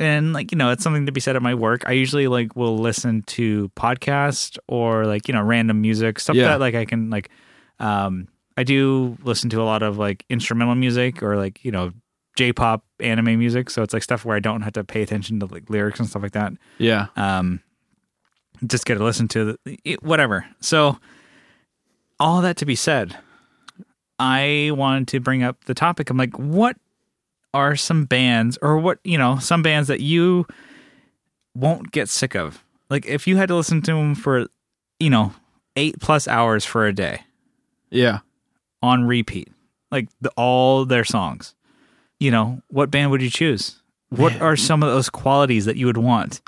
S1: And like you know, it's something to be said at my work. I usually like will listen to podcasts or like you know random music stuff
S2: Yeah.
S1: that like I can like. Um, I do listen to a lot of like instrumental music or like you know J-pop anime music, so it's like stuff where I don't have to pay attention to like lyrics and stuff like that
S2: yeah,
S1: um, just get to listen to the, it- whatever. So, all that to be said, I wanted to bring up the topic. I'm like, what are some bands or what you know some bands that you won't get sick of like if you had to listen to them for you know eight plus hours for a day
S2: Yeah.
S1: on repeat like the, all their songs you know what band would you choose what are some of those qualities that you would want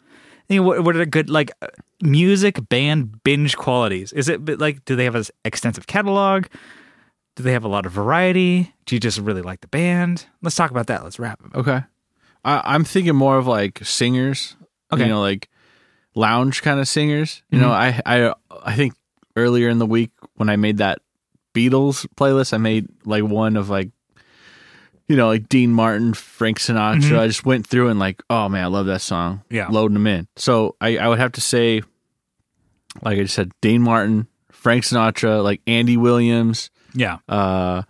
S1: you know, what, what are good like uh, music band binge qualities is it but, like do they have an extensive catalog do they have a lot of variety do you just really like the band let's talk about that let's wrap it
S2: Okay. I, I'm thinking more of like singers.
S1: Okay. Mm-hmm.
S2: You know, like lounge kind of singers. You know, I I I think earlier in the week when I made that Beatles playlist, I made like one of like you know, like Dean Martin, Frank Sinatra. I just went through and like, oh man, I love that song.
S1: Mm-hmm. Yeah.
S2: Loading them in. So I, I would have to say, like I just said, Dean Martin, Frank Sinatra, like Andy Williams,
S1: yeah
S2: uh,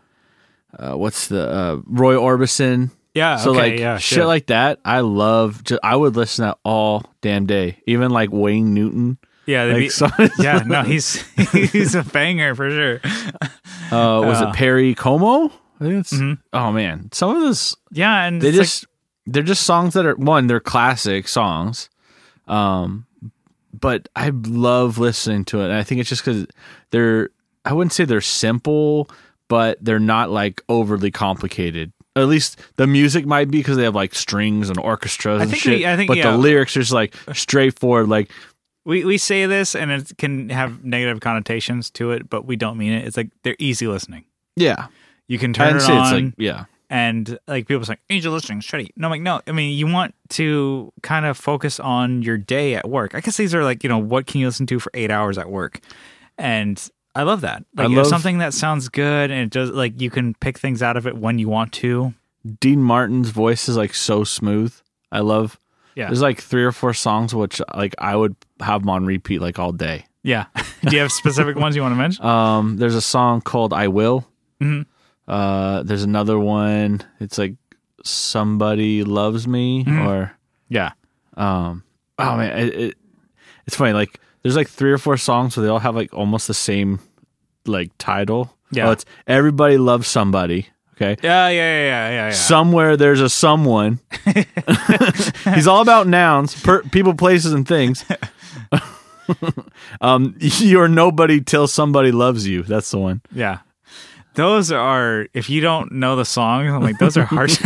S2: uh what's the uh Roy Orbison.
S1: yeah
S2: So
S1: okay,
S2: like
S1: yeah,
S2: shit
S1: sure.
S2: like that, I love. Just, I would listen to that all damn day. Even like Wayne Newton,
S1: yeah they'd
S2: like
S1: be-
S2: some-
S1: yeah no he's he's a banger for sure
S2: uh, was
S1: Uh.
S2: it Perry Como? I think it's-
S1: Mhm.
S2: Oh man, some of those
S1: yeah and
S2: they
S1: it's like-
S2: just they're just songs that are one they're classic songs, um, but I love listening to it. And I think it's just because they're I wouldn't say they're simple, but they're not like overly complicated. At least the music might be because they have like strings and orchestras and
S1: think
S2: shit.
S1: we- I think,
S2: but
S1: yeah. Uh,
S2: the lyrics are just like straightforward. Like
S1: we we say this and it can have negative connotations to it, but we don't mean it. It's like they're easy listening.
S2: Yeah.
S1: You can turn
S2: And
S1: it
S2: say it's
S1: on,
S2: like yeah.
S1: and like people say, "Angel listening, shitty." No, I'm like, no. I mean, you want to kind of focus on your day at work. I guess these are like you know what can you listen to for eight hours at work, and I love that. Like if
S2: love-
S1: something that sounds good and it does like you can pick things out of it when you want to.
S2: Dean Martin's voice is like so smooth. I love
S1: Yeah.
S2: There's like three or four songs which like I would have them on repeat like all day.
S1: Yeah. Do you have specific ones you want to mention?
S2: Um there's a song called I Will.
S1: Mhm.
S2: Uh there's another one. It's like Somebody Loves Me
S1: Mm-hmm.
S2: or
S1: Yeah.
S2: um oh man, it, it it's funny like there's like three or four songs where they all have like almost the same like title.
S1: Yeah.
S2: Oh, it's Everybody Loves Somebody. Okay.
S1: Yeah, yeah, yeah, yeah, yeah. yeah.
S2: somewhere there's a someone. He's all about nouns, per, people, places, and things. um, you're nobody till somebody loves you. That's the one.
S1: Yeah. Those are if you don't know the song, I'm like, those are harsh.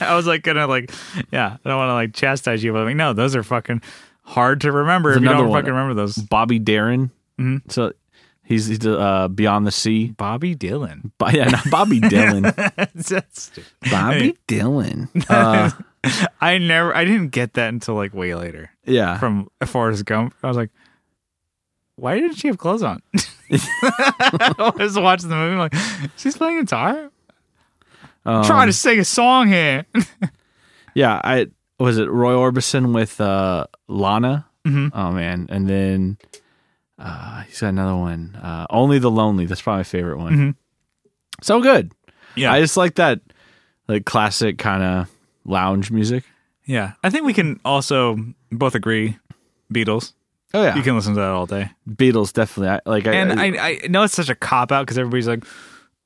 S1: I was like gonna like yeah, I don't wanna like chastise you, but I'm like, no, those are fucking hard to remember if you
S2: another
S1: don't
S2: one.
S1: fucking remember those.
S2: Bobby Darin.
S1: Mhm.
S2: So he's, he's uh, beyond the sea.
S1: Bobby Dylan.
S2: Bo- yeah, not Bobby Dylan.
S1: That's-
S2: Bobby Dylan. Uh,
S1: I never I didn't get that until like way later
S2: yeah.
S1: from Forrest Gump. I was like, why didn't she have clothes on? I was watching the movie I'm like she's playing guitar?
S2: Um,
S1: Trying to sing a song here.
S2: Yeah, I was it Roy Orbison with uh, Lana.
S1: Mm-hmm.
S2: Oh man, and then uh, he's got another one. Uh, Only the Lonely. That's probably my favorite one.
S1: Mhm.
S2: So good.
S1: Yeah.
S2: I just like that, like classic kind of lounge music.
S1: Yeah, I think we can also both agree Beatles.
S2: Oh yeah,
S1: You can listen to that all day.
S2: Beatles definitely. I, like I,
S1: And I, I know it's such a cop out because everybody's like,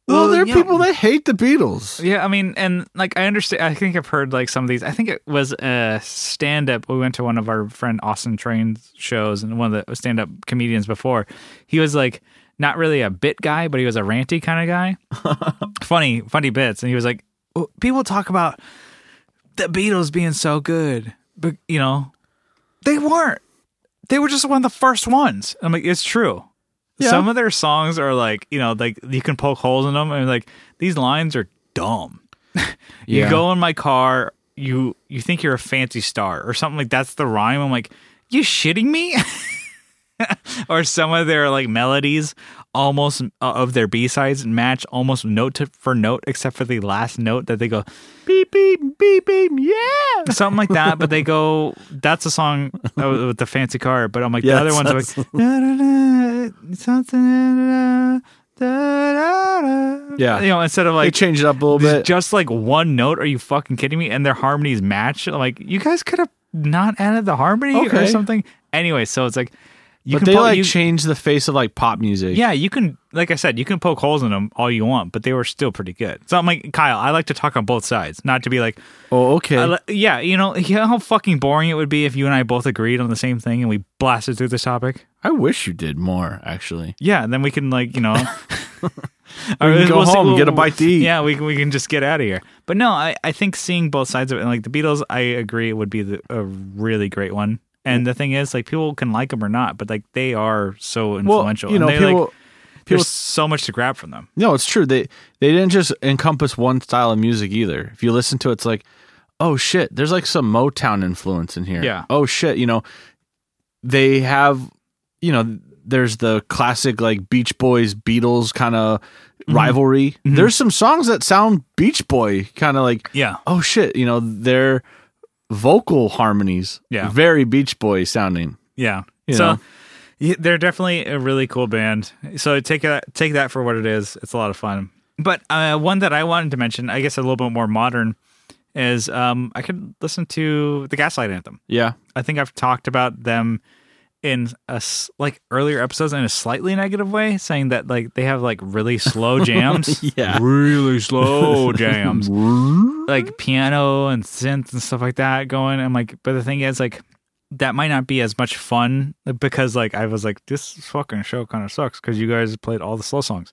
S2: well, there are
S1: yeah.
S2: people that hate the Beatles.
S1: yeah, I mean, and like I understand. I think I've heard like some of these. I think it was a stand up. We went to one of our friend Austin Train's shows, and one of the stand up comedians before. He was like not really a bit guy, but he was a ranty kind of guy. funny, funny bits, and he was like, "Oh, people talk about the Beatles being so good, but you know, they weren't. They were just one of the first ones. I'm like, it's true.
S2: Yeah.
S1: Some of their songs are like, you know, like you can poke holes in them, and like these lines are dumb. you
S2: Yeah.
S1: go in my car, you you think you're a fancy star or something like that's the rhyme. I'm like, you shitting me? or some of their like melodies almost uh, of their b-sides match almost note to, for note except for the last note that they go
S2: Beep beep beep beep. Yeah.
S1: something like that. But they go, that's a song that was with the fancy car. But I'm like,
S2: Yeah,
S1: the other
S2: it
S1: ones are
S2: sounds-
S1: like, "Da, da, da, something, da, da, da, da."
S2: Yeah.
S1: You know, instead of
S2: They
S1: like,
S2: change it up a little
S1: just-
S2: bit.
S1: just like one note. Are you fucking kidding me? And their harmonies match. I'm Like, you guys could have not added the harmony or
S2: Okay.
S1: something. Anyway, so it's like, You
S2: but
S1: can
S2: they
S1: poke-
S2: like
S1: you-
S2: change the face of like pop music.
S1: yeah, you can. Like I said, you can poke holes in them all you want, but they were still pretty good. So I'm like, Kyle, I like to talk on both sides, not to be like,
S2: Oh, okay.
S1: I li- yeah, you know, you know how fucking boring it would be if you and I both agreed on the same thing and we blasted through this topic.
S2: I wish you did more, actually.
S1: Yeah, and then we can like you know,
S2: We can go
S1: see-
S2: home, get a bite to eat.
S1: Yeah, we can we can just get out of here. But no, I I think seeing both sides of it and like the Beatles, I agree, would be the, a really great one. And the thing is, like people can like them or not, but like they are so influential.
S2: you know,
S1: and they,
S2: people.
S1: like,
S2: people-
S1: there's so much to grab from them.
S2: no, it's true. They they didn't just encompass one style of music either. If you listen to it, it's like, oh shit, there's like some Motown influence in here.
S1: Yeah.
S2: Oh shit, you know, they have, you know, there's the classic like Beach Boys Beatles kind of rivalry. There's some songs that sound Beach Boy kind of like
S1: Yeah,
S2: oh shit, you know, their vocal harmonies,
S1: Yeah.
S2: very Beach Boy sounding.
S1: yeah.
S2: You
S1: so
S2: know?
S1: yeah, they're definitely a really cool band. So take that take that for what it is. It's a lot of fun. But uh, one that I wanted to mention, I guess a little bit more modern, is um, I could listen to the Gaslight Anthem.
S2: Yeah,
S1: I think I've talked about them in a s- like earlier episodes in a slightly negative way, saying that like they have like really slow jams,
S2: Yeah.
S1: really slow jams, like piano and synth and stuff like that going. I'm like, but the thing is, like, that might not be as much fun because like I was like, this fucking show kind of sucks because you guys played all the slow songs.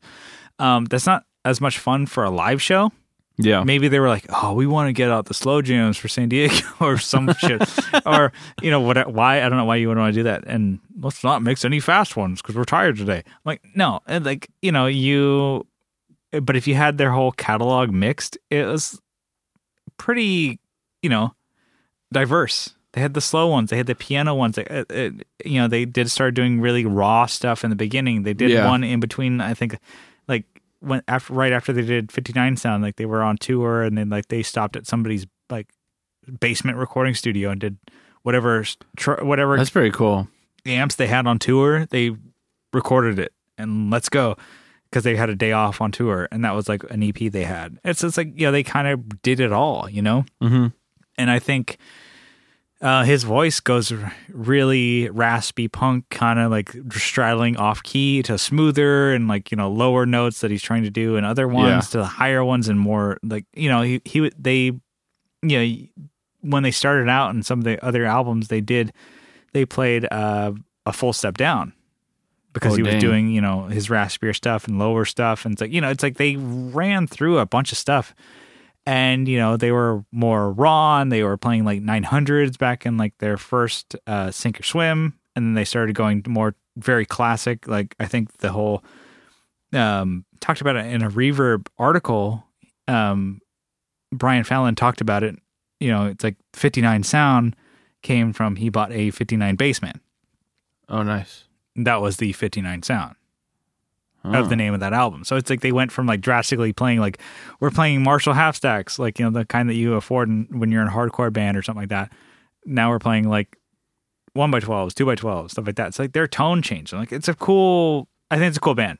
S1: Um, that's not as much fun for a live show
S2: yeah,
S1: maybe they were like, "Oh, we want to get out the slow jams for San Diego or some shit," or you know what? Why I don't know why you would want to do that. And let's not mix any fast ones because we're tired today. I'm like no, and like you know you, but if you had their whole catalog mixed, it was pretty, you know, diverse. They had the slow ones. They had the piano ones. They, uh, uh, you know, they did start doing really raw stuff in the beginning. They did
S2: Yeah.
S1: one in between. I think, like when after right after they did 59 Sound, like they were on tour and then like they stopped at somebody's like basement recording studio and did whatever tr- whatever
S2: that's pretty cool.
S1: amps they had on tour. They recorded it and let's go because they had a day off on tour and that was like an EP they had. It's just like you know they kind of did it all, you know
S2: Mm-hmm.
S1: and I think uh, his voice goes r- really raspy punk, kind of like straddling off key to smoother and like you know lower notes that he's trying to do, and other ones
S2: Yeah.
S1: to the higher ones and more like you know he he would- they you know when they started out and some of the other albums they did they played uh, a full step down because
S2: Oh,
S1: he was
S2: dang.
S1: doing you know his raspier stuff and lower stuff and it's like you know it's like they ran through a bunch of stuff and you know they were more raw and they were playing like 900s back in like their first uh, sink or swim and then they started going more very classic like i think the whole um talked about it in a reverb article um brian fallon talked about it you know it's like 59 sound came from he bought a 59 basement
S2: Oh, nice.
S1: that was the 59 sound
S2: Oh.
S1: of the name of that album. So it's like they went from like drastically playing like we're playing Marshall half stacks, like you know the kind that you afford in, when you're in a hardcore band or something like that. Now we're playing like one by twelves, two by twelves, stuff like that. It's like their tone changed. I'm like it's a cool. I think it's a cool band.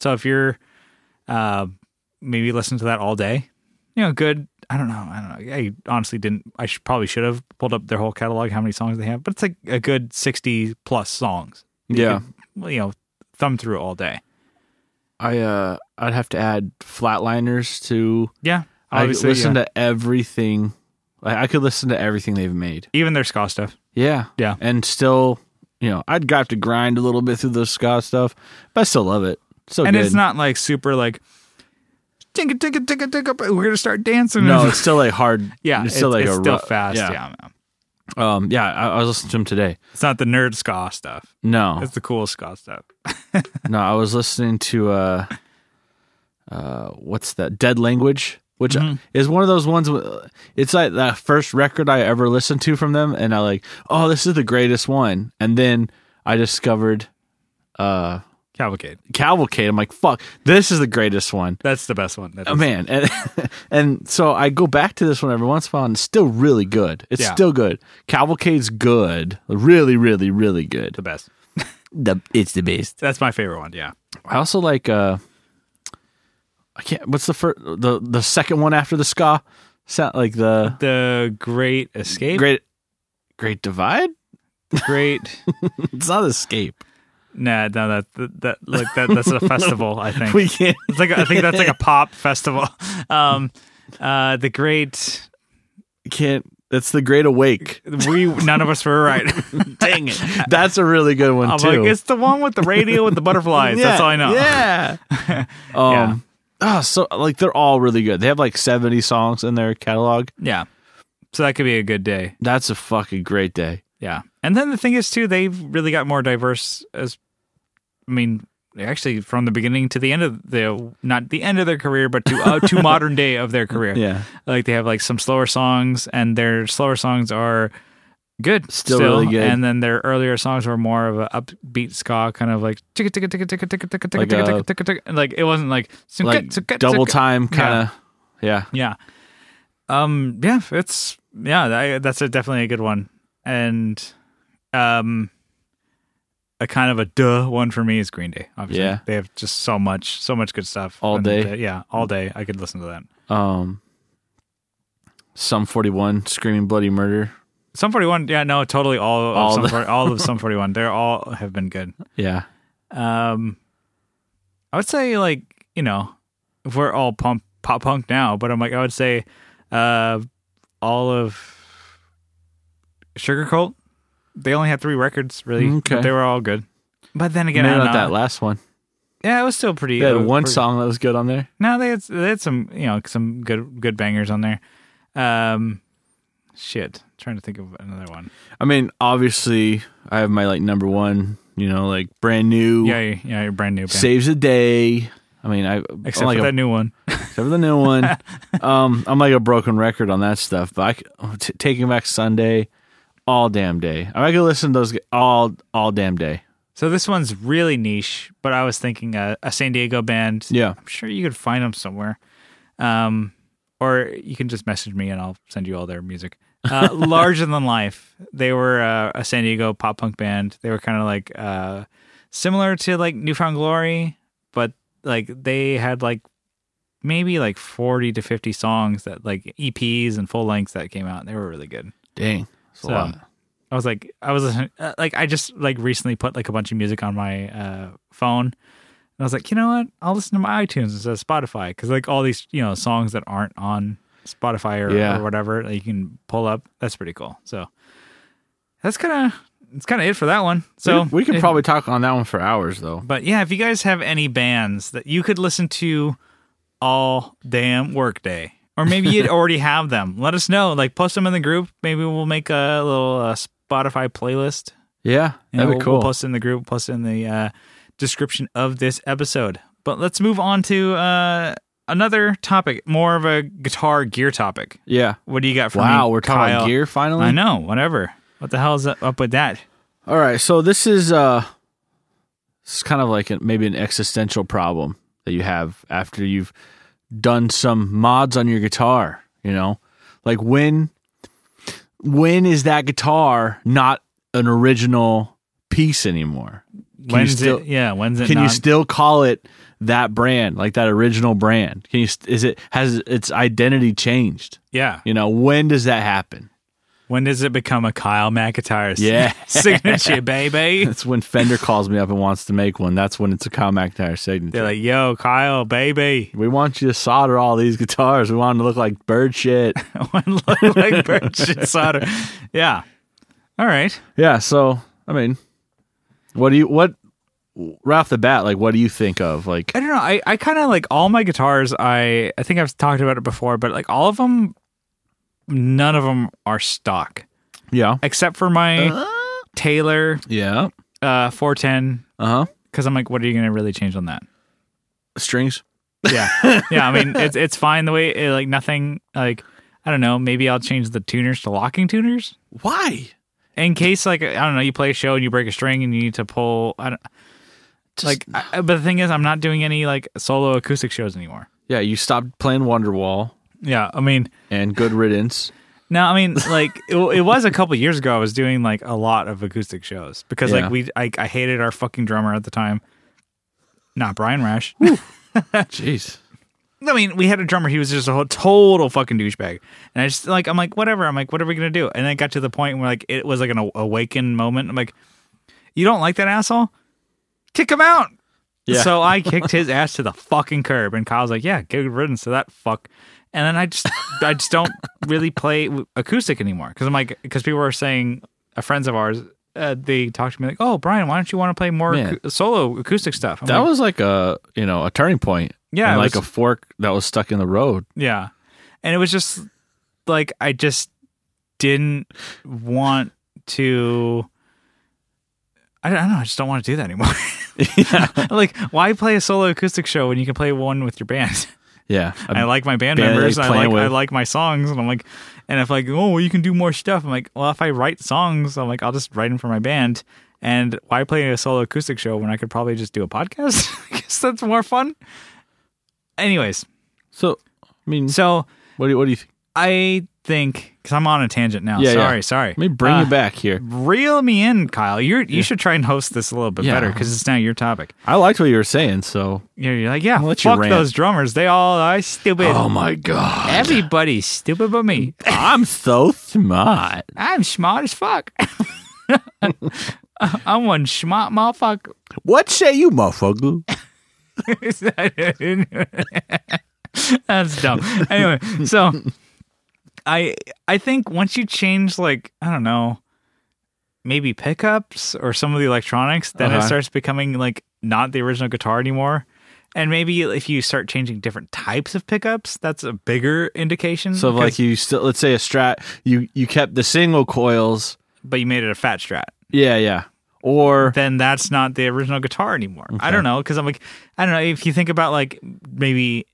S1: So if you're uh, maybe listen to that all day, you know, good. I don't know. I don't know. I honestly didn't. I should, probably should have pulled up their whole catalog, how many songs they have, but it's like a good sixty plus songs. that you
S2: Yeah.
S1: could, you know, thumb through all day.
S2: I uh I'd have to add flatliners to
S1: Yeah.
S2: I
S1: Obviously,
S2: listen
S1: yeah.
S2: to everything. Like I could listen to everything they've made.
S1: even their ska stuff.
S2: Yeah.
S1: Yeah.
S2: And still, you know, I'd have to grind a little bit through the ska stuff, but I still love it. So
S1: and
S2: Oh, good.
S1: it's not like super like tinka tinka tinka tinka but we're gonna start dancing.
S2: no, it's still like hard.
S1: yeah,
S2: it's still like a
S1: still
S2: ru-
S1: fast. Yeah.
S2: Yeah. Um. Yeah. I, I was listening to him today.
S1: It's not the nerd ska stuff.
S2: No.
S1: It's the cool ska stuff.
S2: no. I was listening to uh, uh, what's that? Dead Language, which is one of those ones. w- It's like the first record I ever listened to from them, and I like, oh, this is the greatest one. And then I discovered uh
S1: Cavalcade.
S2: Cavalcade. I'm like, fuck, this is the greatest one.
S1: That's the best one. That
S2: Oh
S1: is-
S2: man, and, and so I go back to this one every once in a while, and it's still really good. It's
S1: Yeah.
S2: still good. Cavalcade's good, really, really, really good.
S1: the best.
S2: The it's the best.
S1: That's my favorite one. Yeah.
S2: I also like uh I can't what's the first the the second one after the ska sound like the
S1: The Great Escape.
S2: great great divide
S1: great.
S2: It's not escape.
S1: nah, no, that, that that like that that's a festival. I think
S2: We can't.
S1: It's like a, I think that's like a pop festival. Um, uh, the great
S2: Can't. That's the Great Awake.
S1: we none of us were right.
S2: Dang it. That's a really good one
S1: I'm
S2: too.
S1: like it's the one with the radio with the butterflies.
S2: Yeah,
S1: That's all I know.
S2: Yeah. um.
S1: Yeah.
S2: ah, so like they're all really good. They have like 70 songs in their catalog.
S1: yeah. So that could be a good day.
S2: That's a fucking great day.
S1: Yeah. And then the thing is too, they've really got more diverse as I mean, actually from the beginning to the end of the not the end of their career, but to uh, to modern day of their career.
S2: Yeah.
S1: Like they have like some slower songs and their slower songs are good
S2: Still really good.
S1: And then their earlier songs were more of a upbeat ska kind of like ticka ticka ticka ticka ticka ticka ticka
S2: Like a-
S1: ticka ticka ticka like it wasn't like
S2: Like double time kind of. Yeah.
S1: yeah. Um. Yeah. It's yeah. tha- that's a, definitely a good one, and um, a kind of a duh one for me is Green Day. Obviously,
S2: Yeah.
S1: they have just so much, so much good stuff
S2: All
S1: And,
S2: day.
S1: uh, yeah, all day. I could listen to that.
S2: Um. Some 41 screaming bloody murder.
S1: Some forty one. Yeah. No. Totally. All of
S2: All
S1: some
S2: the-
S1: 40, all of some forty one. They're all have been good.
S2: Yeah.
S1: Um, I would say like you know, if we're all pump pop punk now, but I'm like I would say, uh, all of Sugar Cult. They only had three records really.
S2: Okay.
S1: but They were all good. But then again,
S2: Maybe
S1: I don't
S2: not
S1: know.
S2: that last one.
S1: yeah, it was still pretty.
S2: They had
S1: uh,
S2: one
S1: pretty-
S2: song that was good on there.
S1: No, they had they had some you know some good good bangers on there. Um, shit, trying to think of another one.
S2: I mean, obviously, I have my like number one. You know, like brand new
S1: Yeah, yeah, yeah, your brand new band.
S2: saves the day. I mean, I
S1: Except
S2: I'm like
S1: for
S2: a-
S1: that new one.
S2: except for the new one. um, I'm like a broken record on that stuff, but I c- oh, t- taking back Sunday all damn day. I could listen to those g- all all damn day.
S1: So this one's really niche, but I was thinking a, a San Diego band.
S2: Yeah,
S1: I'm sure you could find them somewhere. Um, or you can just message me and I'll send you all their music. Uh, Larger Than Life. They were uh, a San Diego pop punk band. They were kind of like uh, similar to like Newfound Glory, but like they had like maybe like 40 to 50 songs that like EPs and full lengths that came out. They were really good.
S2: dang, that's a
S1: So-
S2: lot.
S1: I was like, I was listening- uh, like, I just like recently put like a bunch of music on my uh, phone, and I was like, you know what? I'll listen to my iTunes instead of Spotify because like all these you know songs that aren't on Spotify or,
S2: Yeah.
S1: or whatever that you can pull up. That's pretty cool. So that's kind of it's kind of it for that one. So
S2: we, we could
S1: if-
S2: probably talk on that one for hours though.
S1: but yeah, if you guys have any bands that you could listen to all damn workday, or maybe you already have them, let us know. Like post them in the group. Maybe we'll make a little uh, Spotify playlist.
S2: Yeah,
S1: You know,
S2: that'd
S1: we'll-
S2: be cool.
S1: We'll post it in the group. Post it in the uh, description of this episode. But let's move on to uh, another topic, more of a guitar gear topic.
S2: yeah.
S1: What do you got for me?
S2: Wow, we're talking
S1: Kyle?
S2: gear finally.
S1: I know. Whatever. What the hell is up with that?
S2: All right, so this is uh, this is kind of like a, maybe an existential problem that you have after you've done some mods on your guitar. You know, like when when is that guitar not an original piece anymore? Can
S1: When's
S2: you still
S1: it? Yeah. When's it?
S2: can you
S1: not-
S2: still call it that brand, like that original brand? Can you st- is it has its identity changed?
S1: yeah.
S2: You know, when does that happen?
S1: When does it become a Kyle McIntyre?
S2: Yeah.
S1: signature, baby?
S2: That's when Fender calls me up and wants to make one. That's when it's a Kyle McIntyre
S1: They're
S2: signature.
S1: like, yo, Kyle, baby.
S2: we want you to solder all these guitars. We want them to look like bird shit.
S1: One look like Bridget Sutter. Yeah. All right.
S2: yeah. So I mean, what do you what right off the bat? Like, what do you think of like?
S1: I don't know. I, I kind of like all my guitars. I I think I've talked about it before, but like all of them, none of them are stock
S2: Yeah.
S1: except for my
S2: Uh-huh.
S1: Taylor
S2: Yeah.
S1: uh, 410.
S2: Uh huh.
S1: Because I'm like, what are you going to really change on that?
S2: Strings.
S1: Yeah, yeah. I mean, it's it's fine the way it, like nothing like I don't know. Maybe I'll change the tuners to locking tuners.
S2: Why?
S1: in case like I don't know, you play a show and you break a string and you need to pull. I don't like. I, but the thing is, I'm not doing any like solo acoustic shows anymore.
S2: Yeah. You stopped playing Wonderwall
S1: Yeah, I mean,
S2: and Good Riddance.
S1: no, I mean, like it, it was a couple years ago. I was doing like a lot of acoustic shows because
S2: Yeah.
S1: like we, I, I hated our fucking drummer at the time, not Brian Rash.
S2: Jeez.
S1: I mean, we had a drummer. He was just a whole total fucking douchebag, and I just like I'm like whatever. I'm like what are we gonna do? And then it got to the point where like it was like an aw- awakened moment. I'm like, you don't like that asshole? Kick him out.
S2: Yeah.
S1: So I kicked his ass to the fucking curb, and Kyle's like, yeah, good riddance to that fuck. And then I just I just don't really play w- acoustic anymore because I'm like because people are saying uh, friends of ours. Uh, they talk to me like, "Oh, Brian, why don't you want to play more
S2: Yeah.
S1: acou- solo acoustic stuff?" I'm
S2: That
S1: like,
S2: was like a you know a turning point.
S1: Yeah, it
S2: and like
S1: was-
S2: a fork that was stuck in the road.
S1: Yeah. And it was just like I just didn't want to I don't, I don't know, I just don't want to do that anymore. like why play a solo acoustic show when you can play one with your band?
S2: Yeah,
S1: I like my band
S2: band that
S1: members
S2: you
S1: and I
S2: playing
S1: like I
S2: with.
S1: like my songs and I'm like and if like, oh well, you can do more stuff, I'm like, well if I write songs, I'm like, I'll just write them for my band. And why play a solo acoustic show when I could probably just do a podcast? I guess that's more fun. Anyways,
S2: so. I mean,
S1: so
S2: what do you, what do you? Think?
S1: I think because I'm on a tangent now.
S2: Yeah, yeah.
S1: sorry, sorry.
S2: Let me bring
S1: Uh,
S2: you back here.
S1: Reel me in, Kyle. You're, you should try and host this a little bit
S2: Yeah.
S1: better because it's now your topic.
S2: I liked what you were saying. So,
S1: You're, you're like, yeah,
S2: I'll let you
S1: fuck
S2: rant.
S1: those drummers. They all are stupid.
S2: oh my god,
S1: Everybody's stupid but me.
S2: I'm so smart.
S1: I'm smart as fuck. I'm one smart motherfucker.
S2: What say you, motherfucker?
S1: That's dumb. Anyway, so I I think once you change like I don't know, maybe pickups or some of the electronics, then it
S2: Uh-huh.
S1: starts becoming like not the original guitar anymore. And maybe if you start changing different types of pickups, that's a bigger indication.
S2: So
S1: because-
S2: like you still let's say a strat you you kept the single coils.
S1: but you made it a fat strat.
S2: Yeah, yeah. Or
S1: then that's not the original guitar anymore. I don't know because I'm like, I don't know if you think about like maybe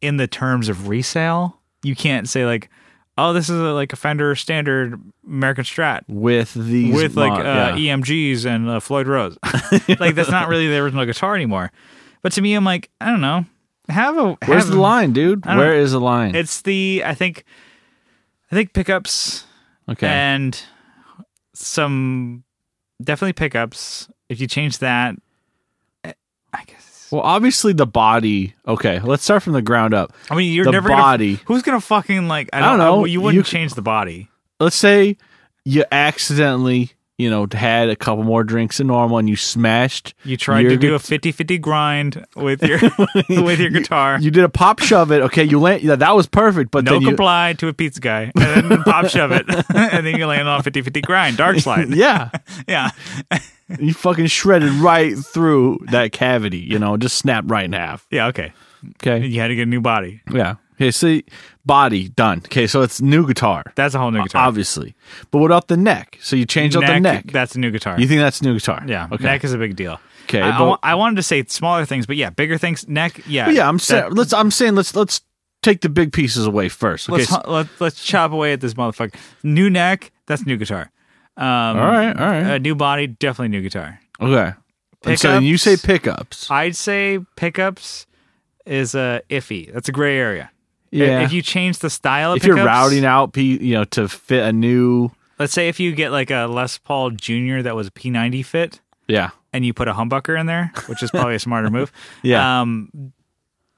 S1: in the terms of resale, you can't say like, oh, this is a, like a Fender standard American Strat
S2: with these
S1: with like
S2: mod-
S1: uh,
S2: yeah.
S1: EMGs and uh, Floyd Rose. like that's not really the original guitar anymore. But to me, I'm like, I don't know. Have a
S2: Where's
S1: have-
S2: the line, dude?
S1: I don't-
S2: Where is the line?
S1: It's the I think, I think pickups
S2: okay.
S1: and some definitely pickups. If you change that, eh, I guess.
S2: well, obviously the body. Okay, let's start from the ground up.
S1: I mean, you're
S2: the
S1: never
S2: body.
S1: Gonna, who's gonna fucking like? I don't,
S2: don't know.
S1: you wouldn't
S2: You-
S1: change the body.
S2: Let's say you accidentally, you know, had a couple more drinks than normal and you smashed.
S1: You tried
S2: your
S1: to do
S2: gu-
S1: a 50-50 grind with your with your guitar.
S2: You did a pop shove it. Okay, you land. Yeah, that was perfect, but
S1: no
S2: then you
S1: comply to a pizza guy, and then pop shove it, and then you land on 50-50 grind, dark slide.
S2: yeah,
S1: yeah,
S2: you fucking shredded right through that cavity. You know, just snapped right in half.
S1: yeah, okay.
S2: Okay,
S1: You had to get a new body.
S2: Yeah. Okay, see, body done. Okay, so it's new guitar,
S1: That's a whole new guitar.
S2: obviously. But what about the neck? So you change out the neck.
S1: That's a new guitar.
S2: you think that's new guitar?
S1: Yeah,
S2: Okay.
S1: neck is a big deal.
S2: Okay,
S1: I, I
S2: but-
S1: wa- I wanted to say smaller things, but yeah, bigger things. Neck, yeah,
S2: But yeah, I'm saying
S1: That-
S2: let's. I'm saying let's let's take the big pieces away first. Okay.
S1: let's
S2: so-
S1: hu- let, let's chop away at this motherfucker. New neck, that's new guitar. Um, all
S2: all right. All right.
S1: a new body, definitely new guitar.
S2: okay. And so then you say pickups.
S1: I'd say pickups is uh, iffy. That's a gray area.
S2: yeah.
S1: If you change the style of
S2: if you're
S1: pickups-
S2: routing out, p you know, to fit a new.
S1: let's say if you get like a Les Paul Junior that was a P90 fit,
S2: Yeah.
S1: and you put a humbucker in there, which is probably a smarter move.
S2: Yeah.
S1: um,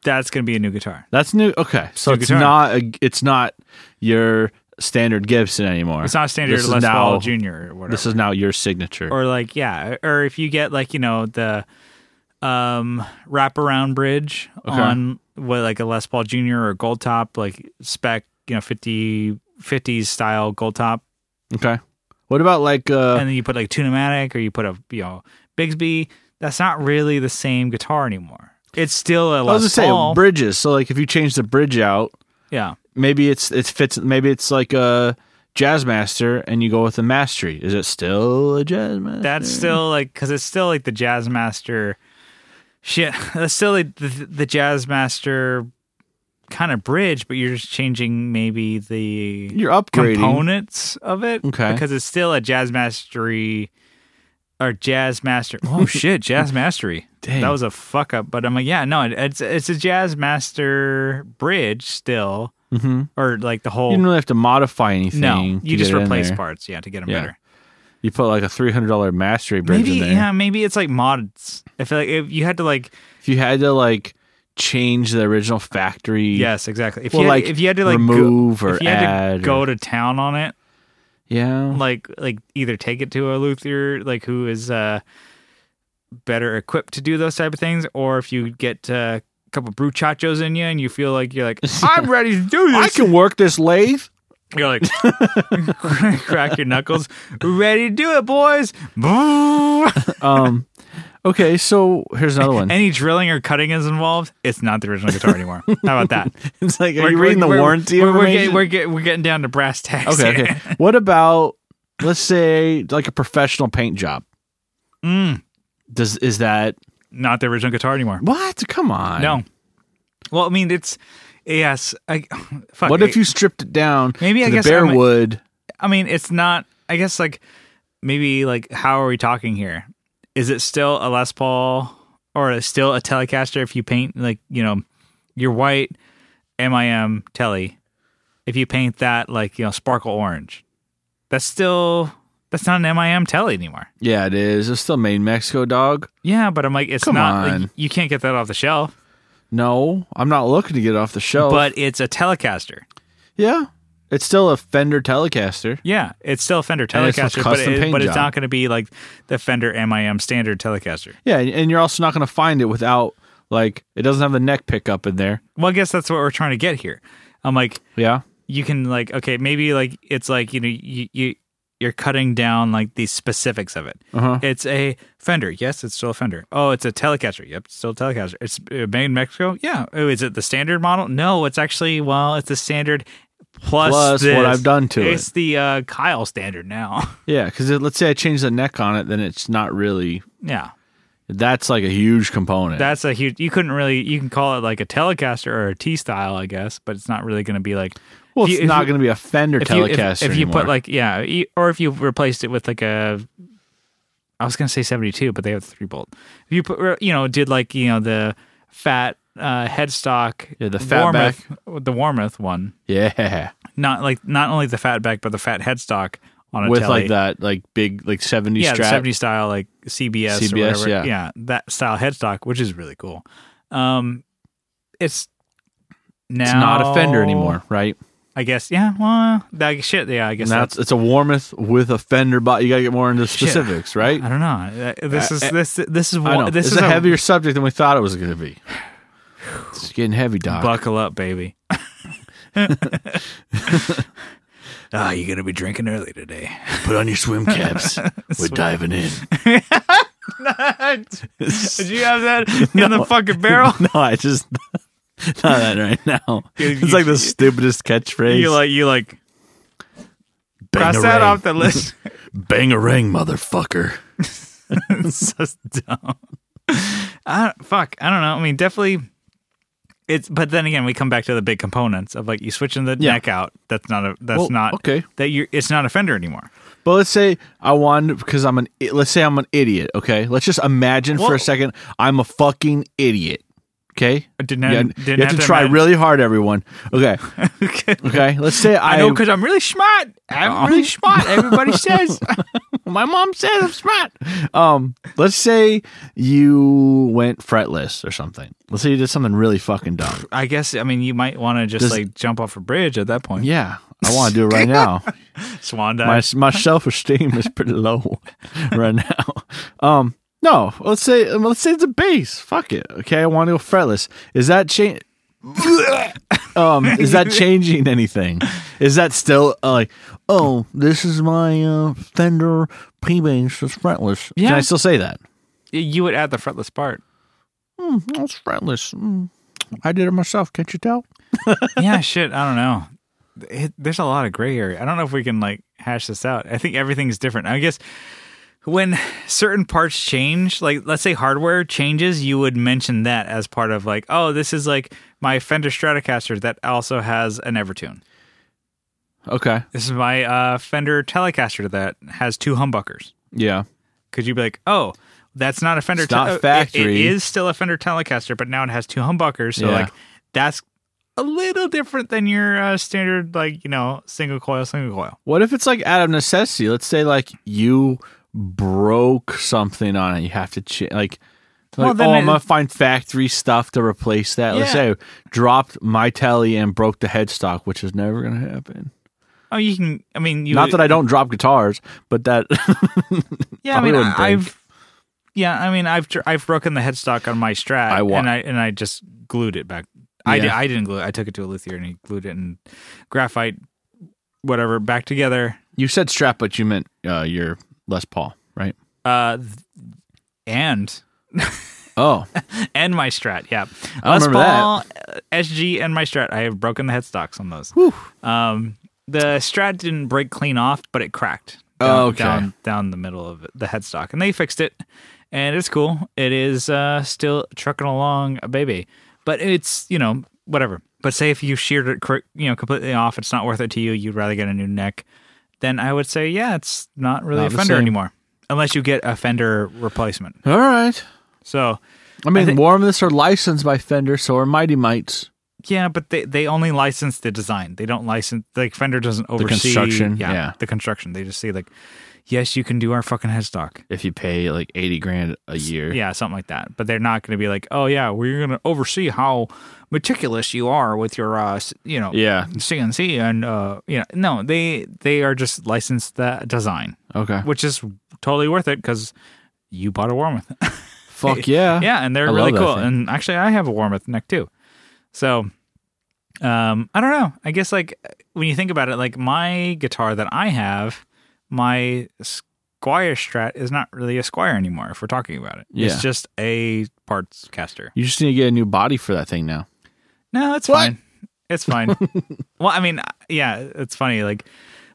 S1: that's gonna be a new guitar.
S2: That's new. Okay. So
S1: new
S2: it's
S1: guitar.
S2: not. A, it's not your standard Gibson anymore.
S1: It's not standard
S2: This is
S1: Les
S2: now-
S1: Paul Junior or whatever.
S2: This is now your signature.
S1: or like yeah or if you get like you know the um wraparound bridge on what like a les paul junior or gold top like spec you know 50 50s style gold top
S2: okay. What about like uh,
S1: and then you put like tunematic or you put a you know bigsby that's not really the same guitar anymore it's still a les
S2: I was gonna
S1: paul
S2: say bridges. So like if you change the bridge out,
S1: yeah
S2: maybe it's it fits. Maybe it's like a jazz master, and you go with the mastery. Is it still a jazz master?
S1: that's still like because it's still like the jazz master shit that's still like the, the jazz master kind of bridge but you're just changing maybe the
S2: you're upgrading.
S1: components of it
S2: Okay.
S1: because it's still a jazz mastery or jazz master oh shit jazz mastery
S2: Dang.
S1: that was a fuck up but i'm like yeah no it, it's it's a jazz master bridge still
S2: Mhm.
S1: or like the
S2: You
S1: whole
S2: didn't really have to modify anything.
S1: no
S2: to
S1: you just
S2: get it in
S1: replace
S2: there.
S1: parts yeah to get them
S2: Yeah.
S1: better
S2: You put like a three hundred dollar mastery bridge
S1: maybe
S2: in there.
S1: yeah maybe it's like mods i feel like if you had to like
S2: If you had to like change the original factory.
S1: Yes, exactly. If
S2: Well,
S1: you had,
S2: like,
S1: if you had to like
S2: remove
S1: go,
S2: or
S1: if you had
S2: add
S1: to
S2: or- Mm-hmm.
S1: go to town on it,
S2: Yeah.
S1: like like either take it to a luthier like who is uh better equipped to do those type of things or if you get uh, a couple bruchachos in you and you feel like you're like i'm ready to do
S2: I
S1: this
S2: can work this lathe.
S1: you're like crack your knuckles ready to do it boys
S2: Um, okay, so here's another one.
S1: any drilling or cutting is involved it's not the original guitar anymore how about that
S2: it's like, are
S1: We're-
S2: you reading the
S1: we're-
S2: warranty
S1: we're, we're,
S2: information?
S1: getting, we're, get, we're getting down to brass tacks
S2: okay,
S1: here.
S2: okay. What about let's say like a professional paint job?
S1: Mm,
S2: Does is that
S1: not the original guitar anymore
S2: what? Come on,
S1: No. Well, I mean, it's yes. I, fuck,
S2: What if
S1: I-
S2: you stripped it down?
S1: Maybe
S2: to
S1: I
S2: the
S1: guess
S2: bare
S1: I'm-
S2: wood.
S1: I mean, it's not. I guess like maybe like how are we talking here? Is it still a Les Paul or is it still a Telecaster? If you paint like you know your white MIM Tele, if you paint that like you know sparkle orange, that's still that's not an MIM Tele anymore.
S2: Yeah, it is. It's still made in Mexico, dog.
S1: Yeah, but I'm like, it's
S2: Come
S1: not. like,
S2: on.
S1: you can't get that off the shelf.
S2: No, I'm not looking to get it off the shelf.
S1: But it's a Telecaster.
S2: yeah, it's still a Fender Telecaster.
S1: Yeah, it's still a Fender
S2: And it's a
S1: Telecaster, but,
S2: custom
S1: it,
S2: paint
S1: but it's
S2: job.
S1: not going to be like the Fender MIM standard Telecaster.
S2: Yeah, and- and you're also not going to find it without like it doesn't have the neck pickup in there.
S1: Well, I guess that's what we're trying to get here. I'm like,
S2: Yeah,
S1: you can like, okay, maybe like it's like you know you, you you're cutting down like the specifics of it.
S2: Uh-huh.
S1: It's a Fender, yes, it's still a Fender. Oh, it's a Telecaster, yep, it's still a Telecaster. It's uh, made in Mexico, yeah. Oh, is it the standard model? No, it's actually well, it's the standard plus,
S2: Plus what
S1: this.
S2: I've done to it.
S1: It's the uh, Kyle standard now.
S2: yeah. Because let's say I change the neck on it, then it's not really.
S1: yeah.
S2: That's like a huge component.
S1: That's a huge. You couldn't really. You can call it like a Telecaster or a T style, I guess, but it's not really going to be like.
S2: well,
S1: if
S2: it's
S1: you- if
S2: not
S1: you-
S2: going to be a Fender
S1: If you, if,
S2: Telecaster.
S1: if you put
S2: anymore.
S1: like yeah, you- or if you replaced it with like a, I was going to say seventy two, but they have three bolt. If you put you know did like you know the fat uh, headstock,
S2: Yeah, the fat
S1: Warmoth- the Warmoth one,
S2: yeah,
S1: not like not only the fat back but the fat headstock on a
S2: with
S1: Tele.
S2: like that like big like 70
S1: yeah,
S2: strap.
S1: the 70 style like CBS, or
S2: CBS,
S1: whatever.
S2: yeah.
S1: that style headstock, which is really cool. Um, it's now
S2: it's not a Fender anymore, right?
S1: I guess. Yeah, well, that shit. Yeah, I guess
S2: And
S1: that's,
S2: that's it's a Warmoth with a Fender body. You got to get more into specifics, right?
S1: I don't know. Uh, This is
S2: I-
S1: this this is
S2: I know.
S1: one. This
S2: it's
S1: is
S2: a heavier subject than we thought it was going to be. It's getting heavy, Doc.
S1: Buckle up, baby. Ah, you're gonna be drinking early today.
S2: Put on your swim caps. We're diving in.
S1: Did you have that in the fucking barrel?
S2: no, I just not that right now.
S1: You-
S2: it's
S1: you-
S2: like the stupidest catchphrase.
S1: You like you like cross that off the list.
S2: Bang a ring, motherfucker.
S1: it's so dumb. I, fuck, I don't know. I mean, definitely. It's but then again, we come back to the big components of like you switching the
S2: Yeah.
S1: neck out. That's not a that's
S2: Well,
S1: not
S2: okay.
S1: That you are it's not a fender anymore.
S2: But let's say I wanted because I'm an i- let's say I'm an idiot. Okay, let's just imagine for
S1: Whoa.
S2: a second I'm a fucking idiot. Okay,
S1: I didn't have-
S2: you,
S1: Uh, didn't
S2: you have,
S1: have
S2: to,
S1: to
S2: try
S1: imagine.
S2: really hard, everyone. Okay, okay. Let's say I, Uh-huh.
S1: I know because I'm really smart. I'm really smart. Everybody says.
S2: my mom says I'm smart. Um, let's say you went fretless or something. Let's say you did something really fucking dumb.
S1: I guess I mean you might want to just
S2: Does-
S1: like jump off a bridge at that point.
S2: Yeah, I want to do it right now.
S1: Swan dive.
S2: my my self esteem is pretty low right now. Um, no, let's say um, let's say it's a bass. Fuck it. Okay, I want to go fretless. Is that change? um, is that changing anything? Is that still uh, like, oh, this is my uh, Fender P bass that's fretless? Can
S1: Yeah.
S2: I still say that?
S1: you would add the fretless part.
S2: Hmm, it's fretless. Hmm. I did it myself. Can't you tell?
S1: yeah, shit. I don't know. It, there's a lot of gray area. I don't know if we can like hash this out. I think everything's different. I guess when certain parts change, like let's say hardware changes, you would mention that as part of like, oh, this is like my Fender Stratocaster that also has an Evertune.
S2: Okay.
S1: This is my uh, Fender Telecaster that has two humbuckers.
S2: Yeah.
S1: Could you be like, oh, that's not a Fender?
S2: It's not
S1: Tele-
S2: factory.
S1: It, it is still a Fender Telecaster, but now it has two humbuckers. So
S2: Yeah.
S1: like, that's a little different than your uh, standard, like you know, single coil, single coil.
S2: What if it's like out of necessity? Let's say like you broke something on it, you have to change. Like Like,
S1: Well, then
S2: oh,
S1: it-
S2: I'm gonna find factory stuff to replace that. Let's say
S1: Yeah.
S2: I dropped my telly and broke the headstock, which is never gonna happen.
S1: Oh, you can. I mean, you
S2: Not that I don't drop guitars, but that
S1: Yeah,
S2: I
S1: I mean,
S2: wouldn't
S1: I,
S2: think.
S1: have Yeah, I mean, I've tr- I've broken the headstock on my Strat,
S2: I wa-
S1: and I and I just glued it back. I
S2: Yeah.
S1: did, I didn't glue it. I took it to a luthier, and he glued it and graphite, whatever, back together.
S2: you said strap, but you meant uh, your Les Paul, right?
S1: Uh, th- and
S2: Oh,
S1: and my Strat, yeah,
S2: I
S1: Les
S2: remember
S1: Paul, uh, SG, and my Strat. I have broken the headstocks on those.
S2: Whew.
S1: Um, the Strat didn't break clean off, but it cracked. down-
S2: Oh, okay.
S1: Down, down the middle of it, the headstock, and they fixed it, and it's cool. It is uh, still trucking along, a baby, but it's you know whatever. But say if you sheared it, cor- you know, completely off, it's not worth it to you. You'd rather get a new neck. Then I would say, yeah, it's not really
S2: Not
S1: a
S2: the
S1: fender
S2: same.
S1: anymore, unless you get a fender replacement.
S2: all right.
S1: So
S2: I mean,
S1: I thi-
S2: Warmless are licensed by Fender, so are Mighty Mites.
S1: Yeah, but they, they only license the design. They don't license like Fender doesn't oversee
S2: construction,
S1: Yeah,
S2: yeah.
S1: the construction. They just say like, yes, you can do our fucking headstock.
S2: If you pay like eighty grand a year,
S1: Yeah, something like that. But they're not going to be like, oh yeah, we're going to oversee how meticulous you are with your uh, s- you know,
S2: yeah,
S1: CNC and uh, you know, no, they they are just licensed that design,
S2: okay,
S1: which is totally worth it because you bought a Warmoth.
S2: fuck yeah,
S1: yeah, and they're
S2: I love
S1: really
S2: that
S1: cool.
S2: thing.
S1: And actually, I have a Warmoth neck too. So, um, I don't know. I guess like when you think about it, like my guitar that I have, my Squire Strat is not really a Squire anymore. If we're talking about it,
S2: Yeah.
S1: it's just a parts caster.
S2: You just need to get a new body for that thing now.
S1: No, it's
S2: What?
S1: fine. It's fine. well, I mean, uh, yeah, it's funny. Like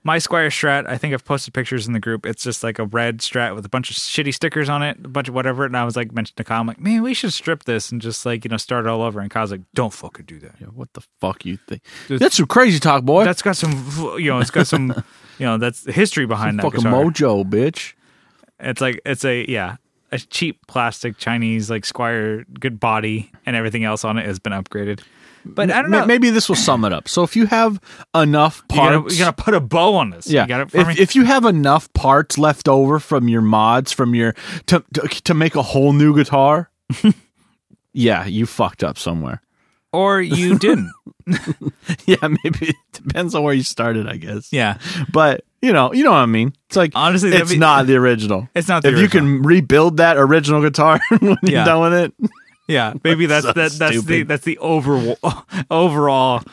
S1: my Squire Strat, I think I've posted pictures in the group. It's just like a red Strat with a bunch of shitty stickers on it, a bunch of whatever. And I was like, mentioned to Kyle, I'm like, man, we should strip this and just like you know start all over. And Kyle's like, don't fucking do that.
S2: Yeah, what the fuck you think?
S1: Dude,
S2: That's some crazy talk, boy.
S1: That's got some, you know, it's got some, you know, that's history behind that.
S2: fucking
S1: guitar.
S2: mojo, bitch.
S1: It's like it's a yeah, a cheap plastic Chinese like Squire, good body, and everything else on it has been upgraded. But I don't
S2: Ma-
S1: know.
S2: Maybe this will sum it up. So if you have enough
S1: you gotta,
S2: parts,
S1: you gotta put a bow on this.
S2: yeah.
S1: you got it for me?
S2: if, if you have enough parts left over from your mods, from your to to, to make a whole new guitar, yeah, you fucked up somewhere.
S1: or you didn't.
S2: Yeah, maybe it depends on where you started, I guess.
S1: yeah,
S2: But you know, you know what I mean. It's like
S1: Honestly, that'd
S2: it's
S1: be-
S2: not the original.
S1: it's not. The
S2: if
S1: original.
S2: you can rebuild that original guitar when you're
S1: Yeah.
S2: done with it,
S1: yeah, maybe that's
S2: so
S1: that, that's the
S2: stupid.
S1: that's the over overall.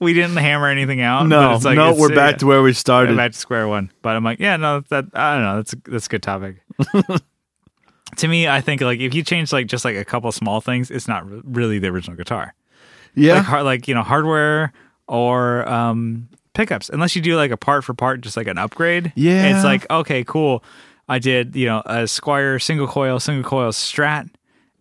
S1: we didn't hammer anything out.
S2: no,
S1: but it's like,
S2: no,
S1: it's-
S2: we're back
S1: yeah,
S2: to where we started.
S1: we're back to square one. But I'm like, yeah, no, that I don't know. That's that's a good topic. to me, I think like if you change like just like a couple small things, it's not re- really the original guitar.
S2: yeah,
S1: like hard, like you know hardware or um pickups unless you do like a part for part just like an upgrade
S2: Yeah.
S1: it's like okay cool i did you know a squire single coil single coil strat